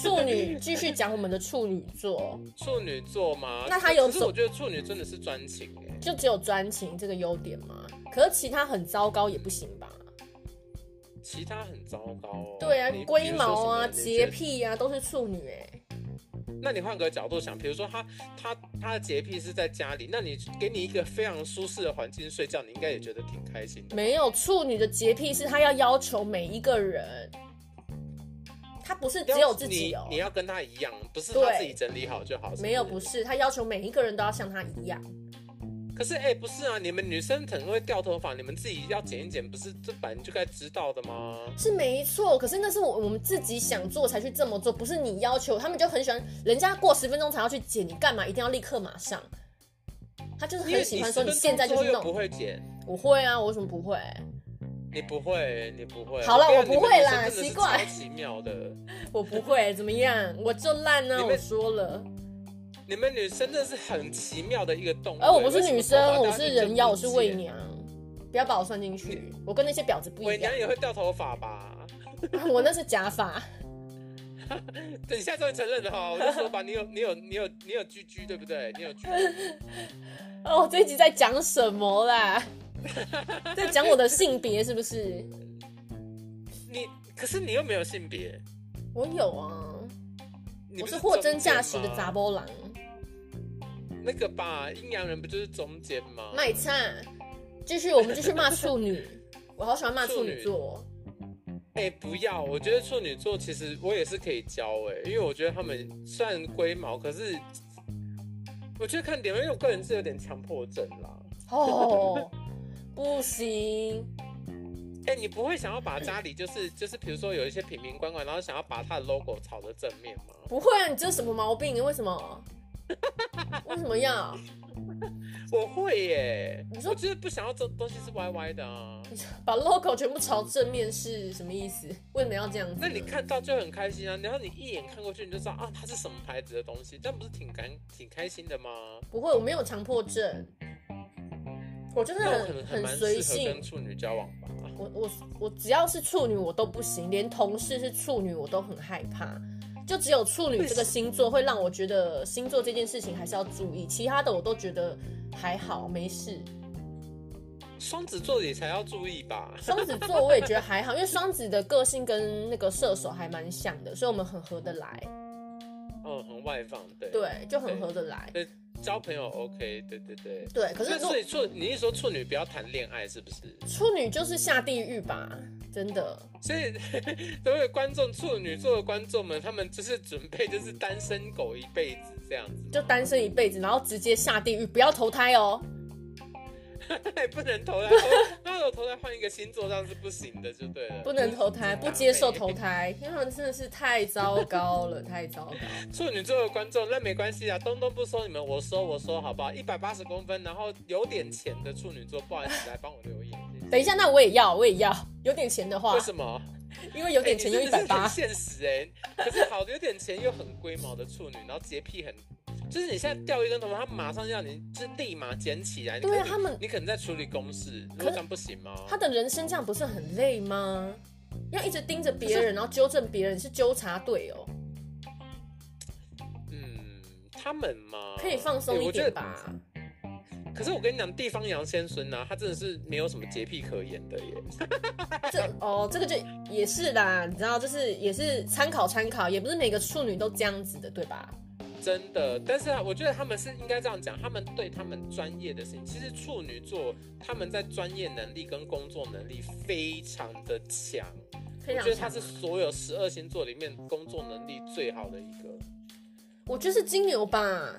处女继续讲我们的处女座，处女座吗？那他有可是走我觉得处女真的是专情哎、就只有专情这个优点吗？可是其他很糟糕也不行吧？其他很糟糕哦。对啊你，龟毛啊、比如说什么你觉洁得癖啊，都是处女哎、那你换个角度想，比如说他他他的洁癖是在家里，那你给你一个非常舒适的环境睡觉，你应该也觉得挺开心的。没有处女的洁癖是她要要求每一个人，她不是只有自己哦你，你要跟他一样，不是对他自己整理好就好。没有不不。是，她要求每一个人都要像她一样。可是哎、不是啊，你们女生可能会掉头发，你们自己要剪一剪，不是这本来就该知道的吗？是没错，可是那是我我们自己想做才去这么做，不是你要求。他们就很喜欢，人家过十分钟才要去剪，你干嘛一定要立刻马上？他就是因为很喜欢说你你现在就去10分钟之后又不弄。会剪，我会啊，我为什么不会？你不会，你不会。好了跟我你讲不会啦你们女生真的是奇怪超奇妙的，我不会，怎么样？我就烂啊！你们我说了，你们女生真的是很奇妙的一个动物。而我不是女为生，什么头我发大家是就人妖，我是不剪伪。娘，不要把我算进去。我跟那些婊子不伪一样娘， 也会掉头发吧？我那是假发。等一下终于承认了哈，我就说吧，你有你有你有你有居居对不对？你有居居，哦，这一集在讲什么 啦？在讲我的性别是不是？你可是你又没有性别，我有啊。你我不是是货真价实的中间吗哦杂波狼，那个吧？阴阳人不就是中间吗？卖菜。继续，我们继续骂处女，我好喜欢骂处女座。哎、不要！我觉得处女座其实我也是可以教哎、因为我觉得他们虽然龟毛，可是我觉得看点，因为我个人是有点强迫症啦。哦，不行，哎、你不会想要把家里就是就是，比如说有一些瓶瓶罐罐，然后想要把它的 logo 炒得正面吗？不会啊！你这是什么毛病？为什么？为什么要？我会耶、你说我就是不想要这东西是歪歪的啊。把 logo 全部朝正面是什么意思？为什么要这样子呢？那你看到就很开心啊，然后你一眼看过去你就知道啊，它是什么牌子的东西，这样不是挺感挺开心的吗？不会，我没有强迫症，我就是那我可很能还蛮很适随合性跟。处女交往吧。我我我只要是处女我都不行，连同事是处女我都很害怕。就只有处女这个星座会让我觉得星座这件事情还是要注意，其他的我都觉得还好，没事。双子座也才要注意吧。双子座我也觉得还好，因为双子的个性跟那个射手还蛮像的，所以我们很合得来，嗯，很外放，对。对，就很合得来。对，交朋友 OK，对对对。对，可是那如所以处，你是说处女不要谈恋爱是不是？处女就是下地狱吧，真的。所以， 各位观众，处女座的观众们，他们就是准备就是单身狗一辈子这样子， 就单身一辈子，然后直接下地狱，不要投胎哦。也不能 投胎，投那我投胎换一个星座，这样是不行的，就对了。不能投胎，不接受投胎，因为他们真的是太糟糕了，太糟糕。 处女座的观众，那没关系啊，东东不收你们，我收我收，好不好？一百八十公分，然后有点钱的处女座，不好意思，来帮我留言。谢谢等一下，那我也要，我也要，有点钱的话为，什么？因为有点钱就欸一你真百八，的是很现实哎、可是好的有点钱又很龟毛的处女，然后洁癖很，就是你现在掉一根头发，他马上要你就立马捡起来。你对啊可能他们你可能在处理公事，如可果这样不行吗？他的人生这样不是很累吗？要一直盯着别人，然后纠正别人，是纠察队哦，嗯，他们嘛，可以放松欸一我觉点得吧。可是我跟你讲，地方杨先生呐、啊，他真的是没有什么洁癖可言的耶。哎这哦，这个就也是啦，你知道，就是也是参考参考，也不是每个处女都这样子的，对吧？真的，但是啊，我觉得他们是应该这样讲，他们对他们专业的事情，其实处女座他们在专业能力跟工作能力非常的强，非我常觉得他是所有十二星座里面工作能力最好的一个。我觉得是金牛吧，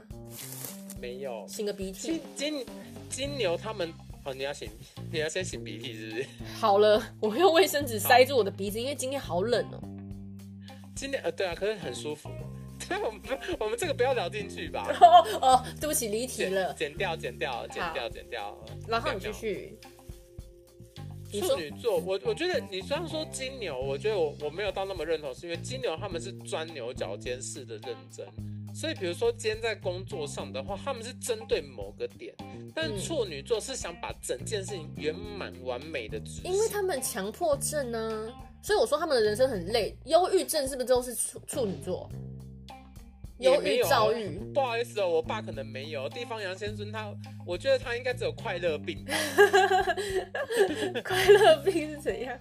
没有。擤个鼻金涕，金金牛他们哦，你要擤， 你要先擤鼻涕是不是？好了，我用卫生纸塞住我的鼻子，因为今天好冷哦、金牛呃，对啊，可是很舒服。 对，我们不我们这个不要聊进 去吧。哦哦，对不起，离题剪了。剪掉，剪掉，剪掉，剪掉。哦然后你剪继掉续，你处说女座，我我觉得你虽然说金牛，我觉得我我没有到那么认同，是因为金牛他们是钻牛角尖式的认真，所以比如说今天在工作上的话，他们是针对某个点，但嗯处女座是想把整件事情圆满完美的执行。因为他们强迫症呢、所以我说他们的人生很累。忧郁症是不是都是处处女座？也忧没郁有、啊躁郁， 不好意思哦，我爸可能没有。地方杨先生他，我觉得他应该只有快乐病吧，快乐病是怎样？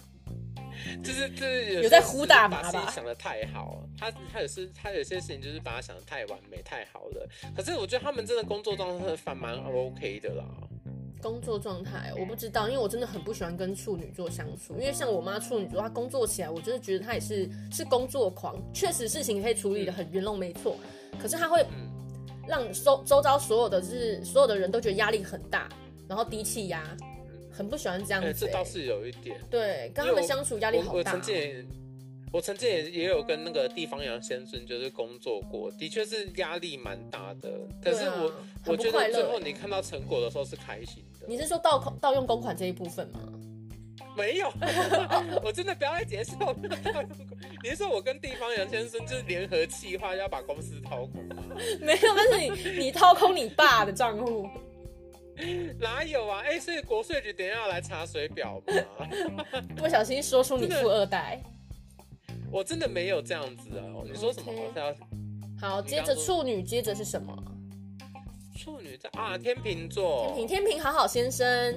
就是就是有有在时候呼是大把麻事情吧想的太好，他他有是他有些事情就是把他想的太完美太好了。可是我觉得他们真的工作状态反蛮 OK 的啦。工作状态我不知道，因为我真的很不喜欢跟处女座相处。因为像我妈处女座，她工作起来，我真的觉得她也是是工作狂，确实事情可以处理的很圆融，没错。可是她会嗯，让周周遭所有的就是所有的人都觉得压力很大，然后低气压，很不喜欢这样哎、子、这欸倒是有一点。对，跟他们相处压力我好我大曾哦、经也，我曾经也也有跟那个地方杨先生就是工作过，的确是压力蛮大的。可是对啊我、我很不觉快得乐最后欸你看到成果的时候是开心的。你是说盗盗用公款这一部分吗？ 没有， 我真的不要再解释我没有到用过。 你是说我跟地方杨先生就是联合计划要把公司掏空吗？没有，但是你 你掏空你爸的账户，哪有啊？哎、所以国税局等一下要来查水表嘛。不小心说出你富二代。 我真的没有这样子啊。你说什么 OK 好像要好，你接刚着说处女，接着是什么？处女座啊？天秤座，天平，天平好好先生，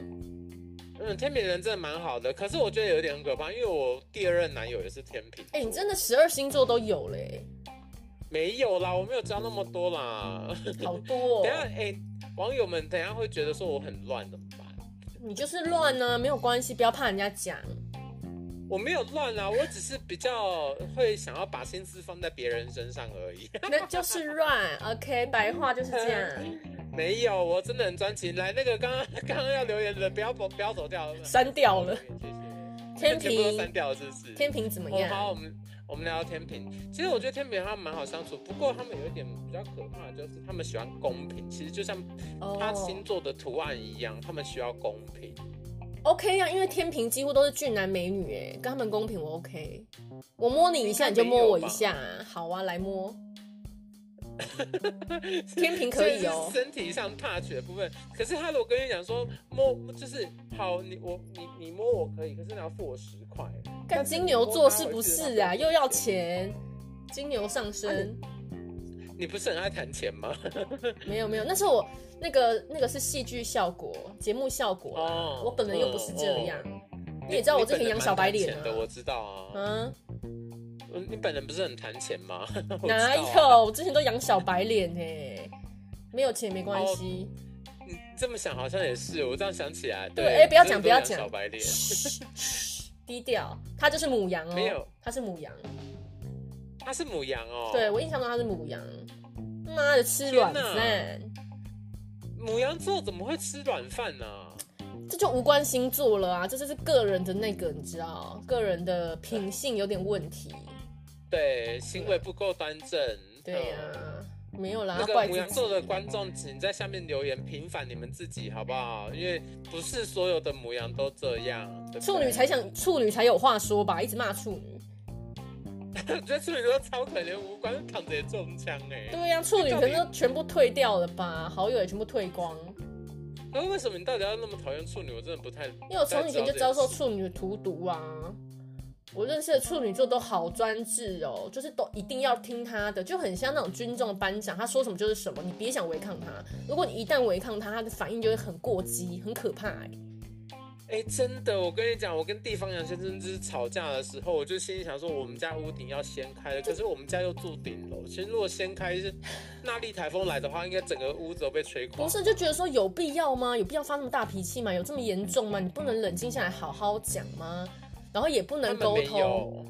嗯，天秤人真的蛮好的，可是我觉得有点可怕，因为我第二任男友也是天秤。哎、你真的的十二星座都有嘞、没有啦，我没有教那么多啦。 好多、等一下，哦。哎、网友们等一下会觉得说我很乱怎么办？你就是乱呢、没有关系，不要怕人家讲。我没有乱啊，我只是比较会想要把心思放在别人身上而已。那就是乱，OK，白话就是这样。没有，我真的很专情。来，那个刚刚刚刚要留言的，不要走，不要走掉，删掉了谢谢。哎天全部都删平，掉了，是不是？天平怎么哦，样？好，我们我们聊到天平。其实我觉得天平他们蛮好相处，不过他们有一点比较可怕，就是他们喜欢公平。其实就像哦他星座的图案一样，他们需要公平。 OK 啊呀、因为天平几乎都是俊男美女，哎，跟他们公平，我 OK。我摸你一下，你就摸我一下、啊，好啊，来摸。天平可以哦所是身体上 touch 的部分。可是他如果跟你讲说摸，就是好，你我你你摸我可以，可是你要付我十块。看金牛座是不是啊？又要钱，金牛上升。你不是很爱谈钱吗？哎没有没有，那是我那个那个是戏剧效果，节目效果啦。哦我本人又不是这样。你也知道你我之前本人养蛮小白谈脸钱啊的，我知道啊。嗯啊，你本人不是很谈钱吗？ 我知道哪啊有？我之前都养小白脸哎，没有钱没关哦系。你这么想好像也是，我这样想起来，对对，哎不要讲真的都不要养讲小白脸，嘘嘘 低调，他就是母羊哦，没有，他是母羊。他是母羊哦，对，我印象中他是母羊，妈的吃软饭天，母羊座怎么会吃软饭呢、这就无关星座了啊，这就是个人的那个，你知道，个人的哎品性有点问题。对，行为不够端正，对呀、嗯没有啦，那要个怪母自羊己。座的观众，请在下面留言平反你们自己好不好？因为不是所有的母羊都这样。对不对处女，才想，处女才有话说吧，一直骂处女。 我觉得处女座超可怜，无关躺着也中枪哎、欸。对呀、处女到可底能都全部退掉了吧，好友也全部退光。那为什么你到底要那么讨厌处女？我真的不太，因为我从以前就遭受不太知道这件事处女的荼毒啊。我认识的处女座都好专制哦，就是都一定要听他的，就很像那种军中的班长，他说什么就是什么，你别想违抗他。如果你一旦违抗他，他的反应就会很过激，很可怕、欸。哎、真的，我跟你讲，我跟地方杨先生就是吵架的时候，我就心里想说，我们家屋顶要掀开了，可是我们家又住顶楼，其实如果掀开是那莉台风来的话，应该整个屋子都被吹垮不。是就觉得说有必要吗？有必要发那么大脾气吗？有这么严重吗？你不能冷静下来好好讲吗？然后也不他能们沟没通，有，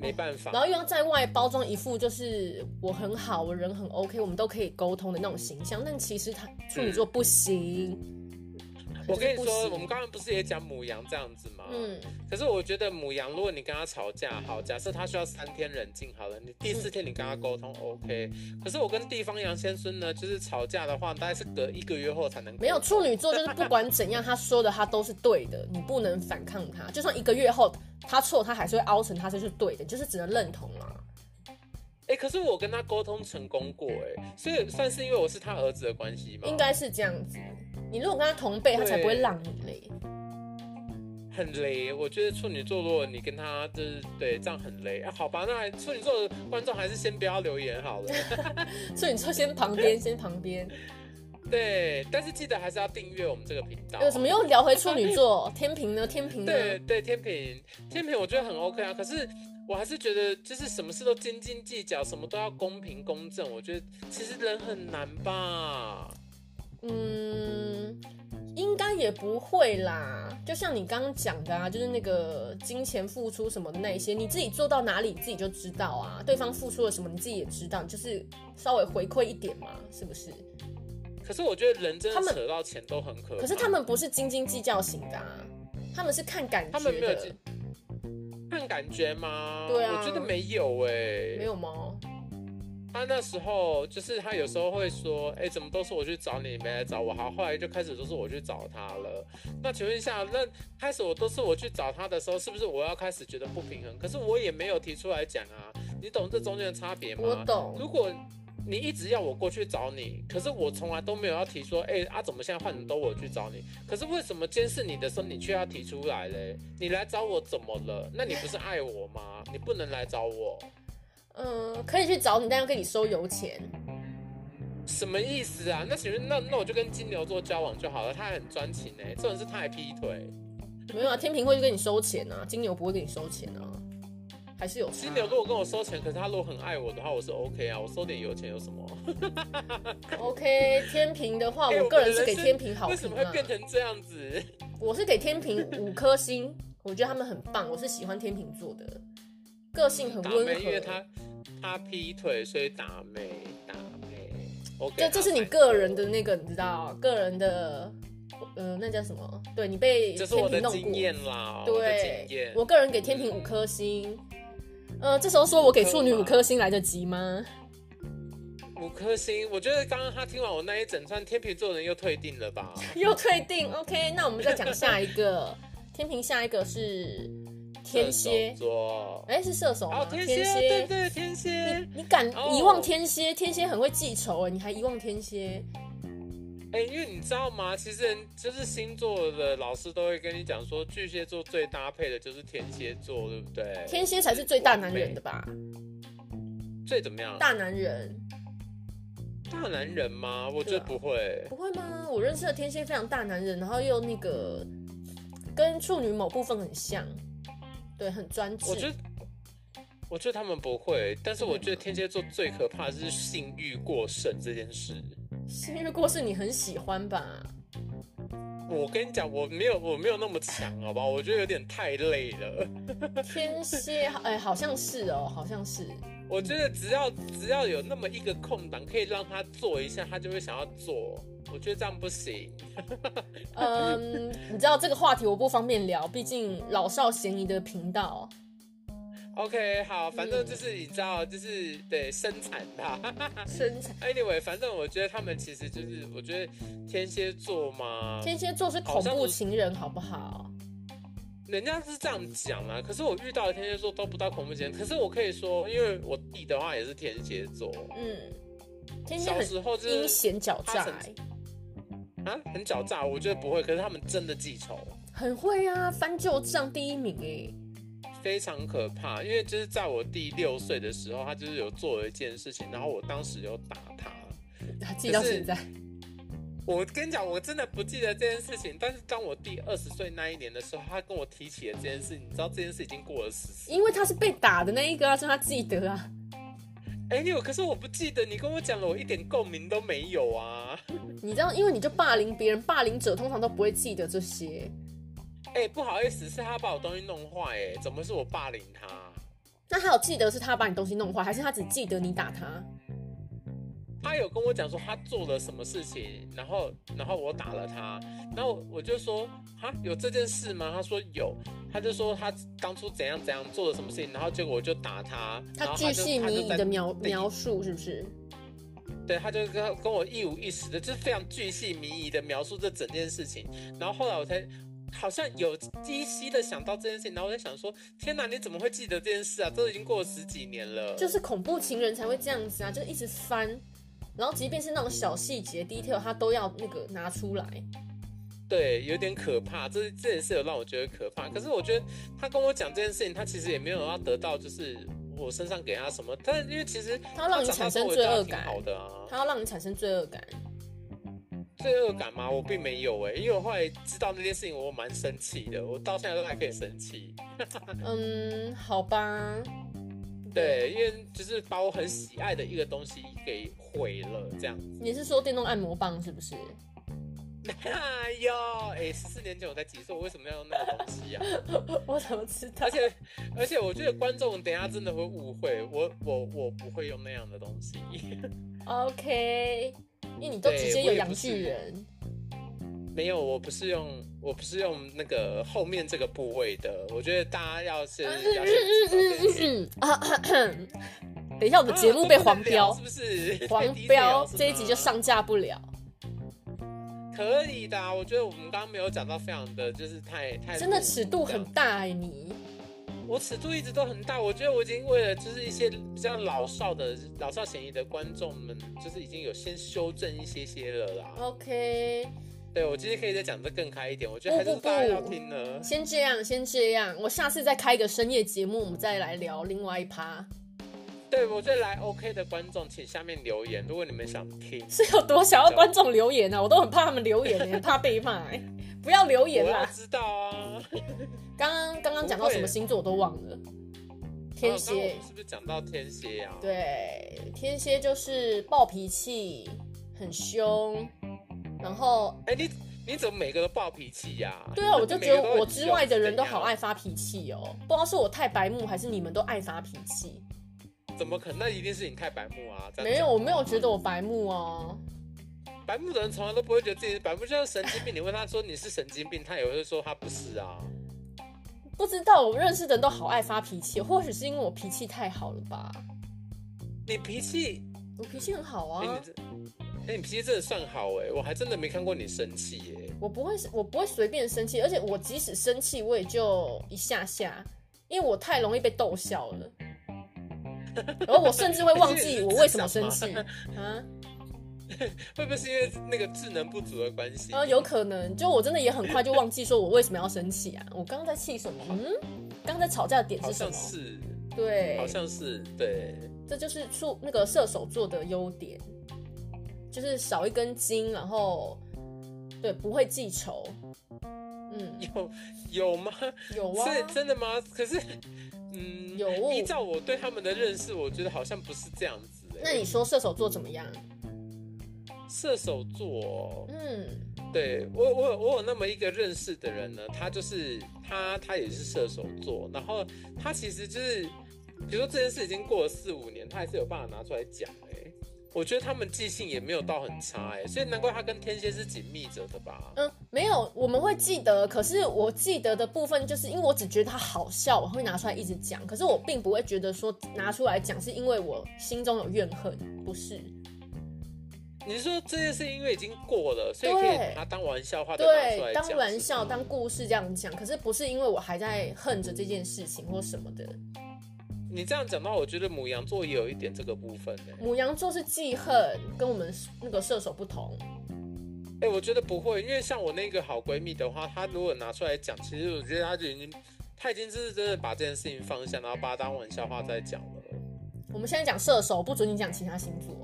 没办法。然后又要在外包装一副就是我很好，我人很 OK，我们都可以沟通的那种形象，但其实他处女座不行。我跟你就是不说，行我们刚刚不是也讲母羊这样子吗？嗯，可是我觉得母羊，如果你跟他吵架，好，假设他需要三天冷静，好了，你第四天你跟他沟通，OK。可是我跟地方羊先生呢，就是吵架的话，大概是隔一个月后才能沟通没有处女座就是不管怎样，他说的他都是对的，你不能反抗他。就算一个月后他错，他还是会凹成他这是对的，就是只能认同啊啦、 哎、可是我跟他沟通成功过、哎，所以算是因为我是他儿子的关系吗？应该是这样子。你如果跟他同辈，他才不会让你嘞。很雷。我觉得处女座，如果你跟他就是对这样很雷啊，好吧，那处女座的观众还是先不要留 言好了。所以你说先旁边，先旁边。对，但是记得还是要订阅我们这个频道。哎呦，怎么又聊回处女座？天平呢？天平呢？对对，天平，天平我觉得很 OK 啊。可是我还是觉得，就是什么事都斤斤计较，什么都要公平公正。我觉得其实人很难吧。嗯，应该也不会啦。就像你刚刚讲的啊，就是那个金钱付出什么的那一些，你自己做到哪里，你自己就知道啊。对方付出了什么，你自己也知道，你就是稍微回馈一点嘛，是不是？啊可是我觉得人真他的们扯到钱都很可怕。可是他们不是斤斤计较型的啊，他们是看感觉的。他们没有斤看感觉吗？对啊我觉得没有哎、没有吗？他那时候就是他有时候会说，哎、怎么都是我去找你，没来找我？好，后来就开始都是我去找他了。那请问一下，那开始我都是我去找他的时候，是不是我要开始觉得不平衡？可是我也没有提出来讲啊，你懂这中间的差别吗？我懂。如果你一直要我过去找你，可是我从来都没有要提说，哎、啊，怎么现在换成都我去找你？可是为什么监视你的时候，你却要提出来嘞？你来找我怎么了？那你不是爱我吗？你不能来找我。嗯，可以去找你，但要跟你收油钱。什么意思啊？那请问，那那我就跟金牛座交往就好了，他还很专情哎、欸，这种是他还劈腿。没有啊，天平会跟你收钱啊，金牛不会跟你收钱啊，还是有差金牛如果跟我收钱，可是他如果很爱我的话，我是 OK 啊，我收点油钱有什么？ OK，天平的 话，哎我我个们人是人给生天平好为什评么会啊，变成这样子？我是给天平五颗星，我觉得他们很棒，我是喜欢天平座的，个性很打温妹，因为和。欸他他劈腿，所以打妹打妹。OK，这这是你个人的那个，你知道，个人的，呃，那叫什么？对你被这天是我的平弄经过。验啦，我的对经验，。我个人给天平五颗星。呃，这时候说我给处女五五颗吧颗星来得及吗？ 五颗星，我觉得刚刚他听完我那一整串，天秤座人又退订了吧？又退订。OK，那我们再讲下一个，天平下一个是天蝎射手。座，哎，是射手吗？哦，天蝎，对对，天蝎。你你敢哦遗忘天蝎？天蝎很会记仇哎，你还遗忘天蝎？哎、因为你知道吗？其实人就是星座的老师都会跟你讲说，巨蟹座最搭配的就是天蝎座，对不对？天蝎才是最大男人的吧？最怎么样？大男人大男人吗？我啊觉得不会。不会吗？我认识的天蝎非常大男人，然后又那个跟处女某部分很像，对，很专制我。觉得，我觉得他们不会。但是我觉得天蝎座最可怕的是性欲过剩这件事。幸运过是你很喜欢吧？我跟你讲，我没有，我没有那么强，好吧？我觉得有点太累了。天 蝎哎，好像是哦，好像是。我觉得只要只要有那么一个空档，可以让他做一下，他就会想要做。我觉得这样不行。嗯，你知道这个话题我不方便聊，毕竟老少咸宜的频道。 OK，好，反正就是你知道，就是得生产它。身材， anyway，反正我觉得他们其实就是，我觉得天蝎座嘛，天蝎座是恐怖情人，好不好？人家是这样讲啦、可是我遇到的天蝎座都不到恐怖情人。可是我可以说，因为我弟的话也是天蝎座，嗯，天蝎小很时候就阴是险狡诈、他欸很，啊很狡诈，我觉得不会。可是他们真的记仇，很会啊，翻旧账第一名哎、非常可怕。因为就是在我弟六岁的时候，他就是有做了一件事情，然后我当时有打他。欸，记到现在。我跟你讲，我真的不记得这件事情，但是当我弟二十岁那一年的时候，他跟我提起了这件事，你知道这件事已经过了十四。因为他是被打的那一个啊，所以他记得啊。哎、你有，可是我不记得，你跟我讲了，我一点共鸣都没有啊。你知道，因为你就霸凌别人，霸凌者通常都不会记得这些。哎、不好意思，是他把我东西弄坏，哎，怎么是我霸凌他？那他有记得是他把你东西弄坏，还是他只记得你打他？他有跟我讲说他做了什么事情，然后然后我打了他，然后我就说啊有这件事吗？他说有，他就说他当初怎样怎样做了什么事情，然后结果我就打他，他然后巨就细他就靡遗在的描地描述是不是？对，他就跟跟我一五一十的，就是非常巨细靡遗的描述这整件事情。然后后来我才好像有依稀的想到这件事情，然后我在想说，天哪，你怎么会记得这件事啊？都已经过了十几年了。就是恐怖情人才会这样子啊，就一直翻，然后即便是那种小细节 detail，他都要那个拿出来。对，有点可怕，这这件事有让我觉得可怕。可是我觉得他跟我讲这件事情，他其实也没有要得到就是我身上给他什么，但因为其实他让你长产大之后生我罪也对他恶挺感好的啊。他要让你产生罪恶 感，罪恶感吗？我并没有哎、因为我后来知道那件事情，我蛮生气的，我到现在都还可以生气。嗯，好吧，对，因为就是把我很喜爱的一个东西给毁了，这样。你是说电动按摩棒是不 是？哎呦，哎，十四年前我才几岁，我为什么要用那个东 西啊？我怎么知道而？且，而且我觉得观众等一下真的会误会我，我我不会用那样的东西。 OK，因为你都对直接我有也洋不是巨人，没有，我不是用，我不是用那个后面这个部位的。我觉得大家要是要先知道这件事嗯啊咳咳 等一下我们节目被黄标啊，都不能聊是 不是？黄太 detail 标是吗这一集就上架不了，可以的啊、我觉得我们刚刚没有讲到非常的，就是太太真的露骨尺度这样很大哎、你我尺度一直都很大，我觉得我已经为了就是一些比较老少的老少咸宜的观众们，就是已经有先修正一些些了哦啦。 OK。对，我今天可以再讲的更开一点，我觉哦得还是大家要听呢。先这样，先这样，我下次再开一个深夜节目，我们再来聊另外一趴，对，我觉得来 OK 的观众，请下面留言，如果你们想听。是有多想要观众留言呢、啊？我都很怕他们留言、欸，怕被骂、欸，不要留言我要啦。知道 啊，刚刚刚刚讲到什么星座我都忘了，天哦刚刚我蝎们，是不是讲到天蝎啊？，对，天蝎就是暴脾气，很凶，然后哎，你你怎么每个都暴脾气呀、对啊，我就觉每个都得很我之外的人都急好爱发脾气哦，不知道是我太白目还是你们都爱发脾气，怎样，怎么可能？那一定是你太白目啊！这样没有，我没有觉得我白目哦。白目的人从来都不会觉得自己是白目，就像神经病，你问他说你是神经病，他也会说他不是啊。不知道，我认识的人都好爱发脾气，或许是因为我脾气太好了吧？你脾气，我脾气很好哎、啊你，这，哎、你脾气真的算好哎、我还真的没看过你生气耶、我不会，我不会随便生气，而且我即使生气，我也就一下下，因为我太容易被逗笑 了。然后我甚至会忘记我为什么生气 啊，会不会是因为那个智能不足的关系？呃，有可能，就我真的也很快就忘记说我为什么要生气啊，我刚刚在气什么？嗯，刚刚在吵架的点好是什像么？是，对，好像是，对，这就是处那个射手座的优点，就是少一根筋，然后对不会记仇。嗯，有有吗？有啊，是真的吗？可是，嗯，有哦依照我对他们的认识，我觉得好像不是这样子、欸。那你说射手座怎么样？射手座，哦嗯，对我，我有我有那么一个认识的人呢，他就是他，他也是射手座，然后他其实就是，比如说这件事已经过了四五年，他还是有办法拿出来讲哎、我觉得他们记性也没有到很差哎、所以难怪他跟天蝎是紧密着的吧？嗯，没有，我们会记得，可是我记得的部分，就是因为我只觉得它好笑，我会拿出来一直讲，可是我并不会觉得说拿出来讲是因为我心中有怨恨，不 是？你是说这件事因为已经过了，所以可以对把它当玩笑话的拿出对，来当讲，玩是笑、吗当故事这样讲，可是不是因为我还在恨着这件事情或什么的。你这样讲到，我觉得母羊座也有一点这个部分哎、母羊座是记恨，跟我们那个射手不同。哎、我觉得不会，因为像我那个好闺蜜的话，她如果拿出来讲，其实我觉得她就已经，她已经是真的把这件事情放下，然后把它当玩笑话在讲了。我们现在讲射手，不准你讲其他星座。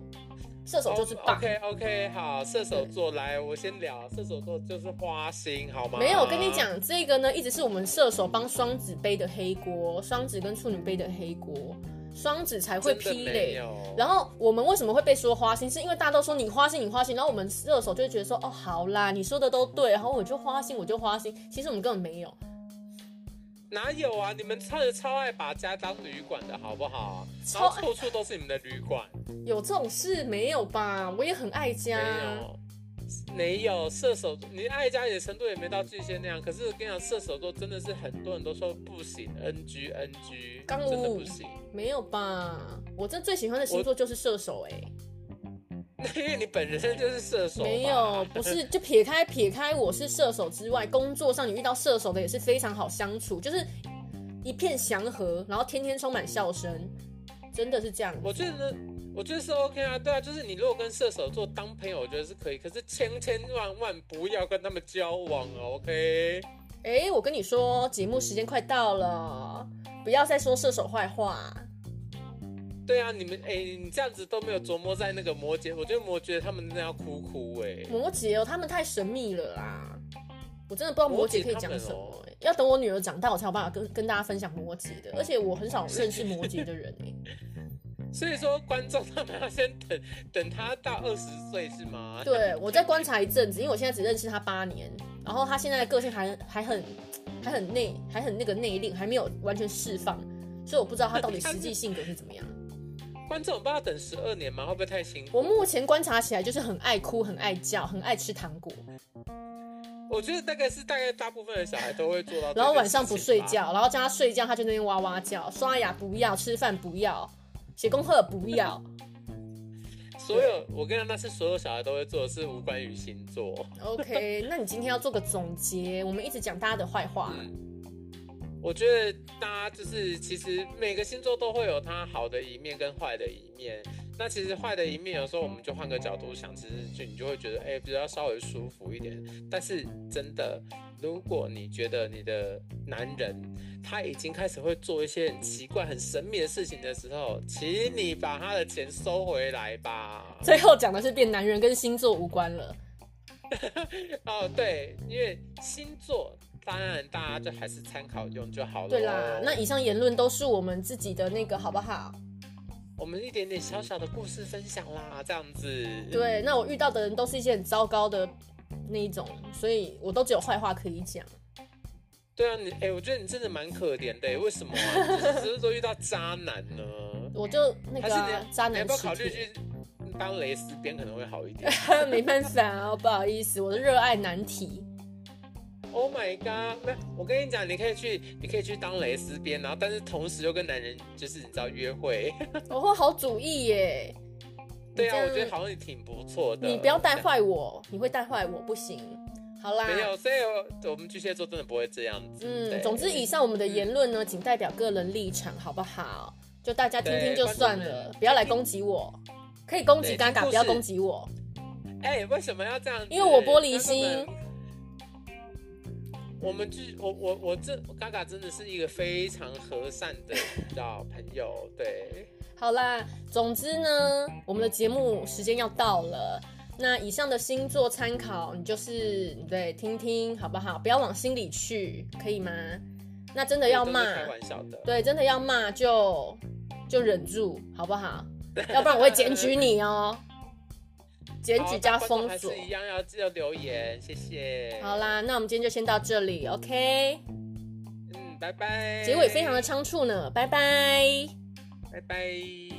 射手就是哦棒。 OK OK，好，射手座来，我先聊，射手座就是花心，好吗？没有，我跟你，讲，这个呢，一直是我们射手帮双子背的黑锅，双子跟处女背的黑锅，双子才会真的劈没嘞。有。然后我们为什么会被说花心？是因为大家都说你花心，你花心，然后我们射手就会觉得说，哦，好啦，你说的都对，然后我就花心，我就花心。其实我们根本没有，哪有啊？你们超超爱把家当旅馆的好不好？然超后处处都是你们的旅馆，有这种事没有吧？我也很爱家，没有。没有射手，你爱家里的程度也没到巨蟹那样。可是我跟你讲，射手座真的是很多人都说不行，NG NG，刚真的武不行。没有吧？我这最喜欢的星座就是射手、因为你本身就是射手哎，嘛，没有，不是，就撇开撇开我是射手之外，工作上你遇到射手的也是非常好相处，就是一片祥和，然后天天充满笑声，真的是这样。我觉得，我觉得是 OK 啊，对啊，就是你如果跟射手座当朋友，我觉得是可以，可是千千万万不要跟他们交往哦，OK？哎，我跟你说，节目时间快到了，不要再说射手坏话。对啊，你们哎、你这样子都没有琢磨在那个摩羯，我觉得摩羯他们真的要哭哭哎、摩羯哦，他们太神秘了啦，我真的不知道摩羯可以讲什摩羯他哦么、要等我女儿长大，我才有办法跟跟大家分享摩羯的。而且我很少认识摩羯的人哎、所以说观众他们要先等等他到二十岁是吗？对我再观察一阵子，因为我现在只认识他八年，然后他现在的个性还还很还很内，还很那个内敛，还没有完全释放，所以我不知道他到底实际性格是怎么样。 观众不要等十二年吗？会不会太辛苦？我目前观察起来就是很爱哭、很爱叫、很爱吃糖果，我觉得大概是大概大部分的小孩都会做到，然后晚上不睡。觉，然后叫他睡觉他就那边哇哇叫，刷牙不要，吃饭不要，写功课不要。所有我跟你讲，那是所有小孩都会做的事，无关于星座。 OK，那你今天要做个总结，我们一直讲大家的坏话，我觉得大家就是，其实每个星座都会有它好的一面跟坏的一面。那其实坏的一面，有时候我们就换个角度想，其实就你就会觉得，哎、比较稍微舒服一点。但是真的，如果你觉得你的男人他已经开始会做一些很奇怪、很神秘的事情的时候，请你把他的钱收回来吧。最后讲的是变男人跟星座无关了。哦，对，因为星座当然大家就还是参考用就好了。对啦，那以上言论都是我们自己的那个，好不好？嗯我们一点点小小的故事分享啦，这样子。，对，那我遇到的人都是一些很糟糕的那一种，所以我都只有坏话可以讲。对啊，你哎、我觉得你真的蛮可怜的，为什么、 啊？你就是只是说遇到渣男呢？我就那还个是啊、你要渣你要男不要磁考虑铁，去当蕾丝边可能会好一点 没办法哦，不好意思，我的热爱难题。 ？Oh my god！那我跟你讲，你可以去，你可以去当蕾丝边，然后但是同时又跟男人就是你知道约会。 我会哦好主意耶，对啊，这我样觉得好像你挺不错的。你不要带坏我，你会带坏我，不行。好啦，没有，所以我我们巨蟹座真的不会这样子。对嗯，总之以上我们的言论呢，仅代表个人立场，好不好？就大家听听就算对观了众们，不要来攻击我。可以攻击对嘎嘎，听故不事要攻击我。哎、为什么要这样子？因为我玻璃心那根本。我们就是我我我这嘎嘎真的是一个非常和善的你知道朋友，对，好啦，总之呢，我们的节目时间要到了。那以上的星座参考，你就是对听听好不好？不要往心里去，可以吗？那真的要都是骂，开玩笑的。对，真的要骂就就忍住，好不 好？要不然我会检举你哦，检好举加那观众封还锁是。一样要记得留言，谢谢。好，啦，那我们今天就先到这里，OK？嗯，拜拜。结尾非常的，仓促呢，拜拜。拜拜。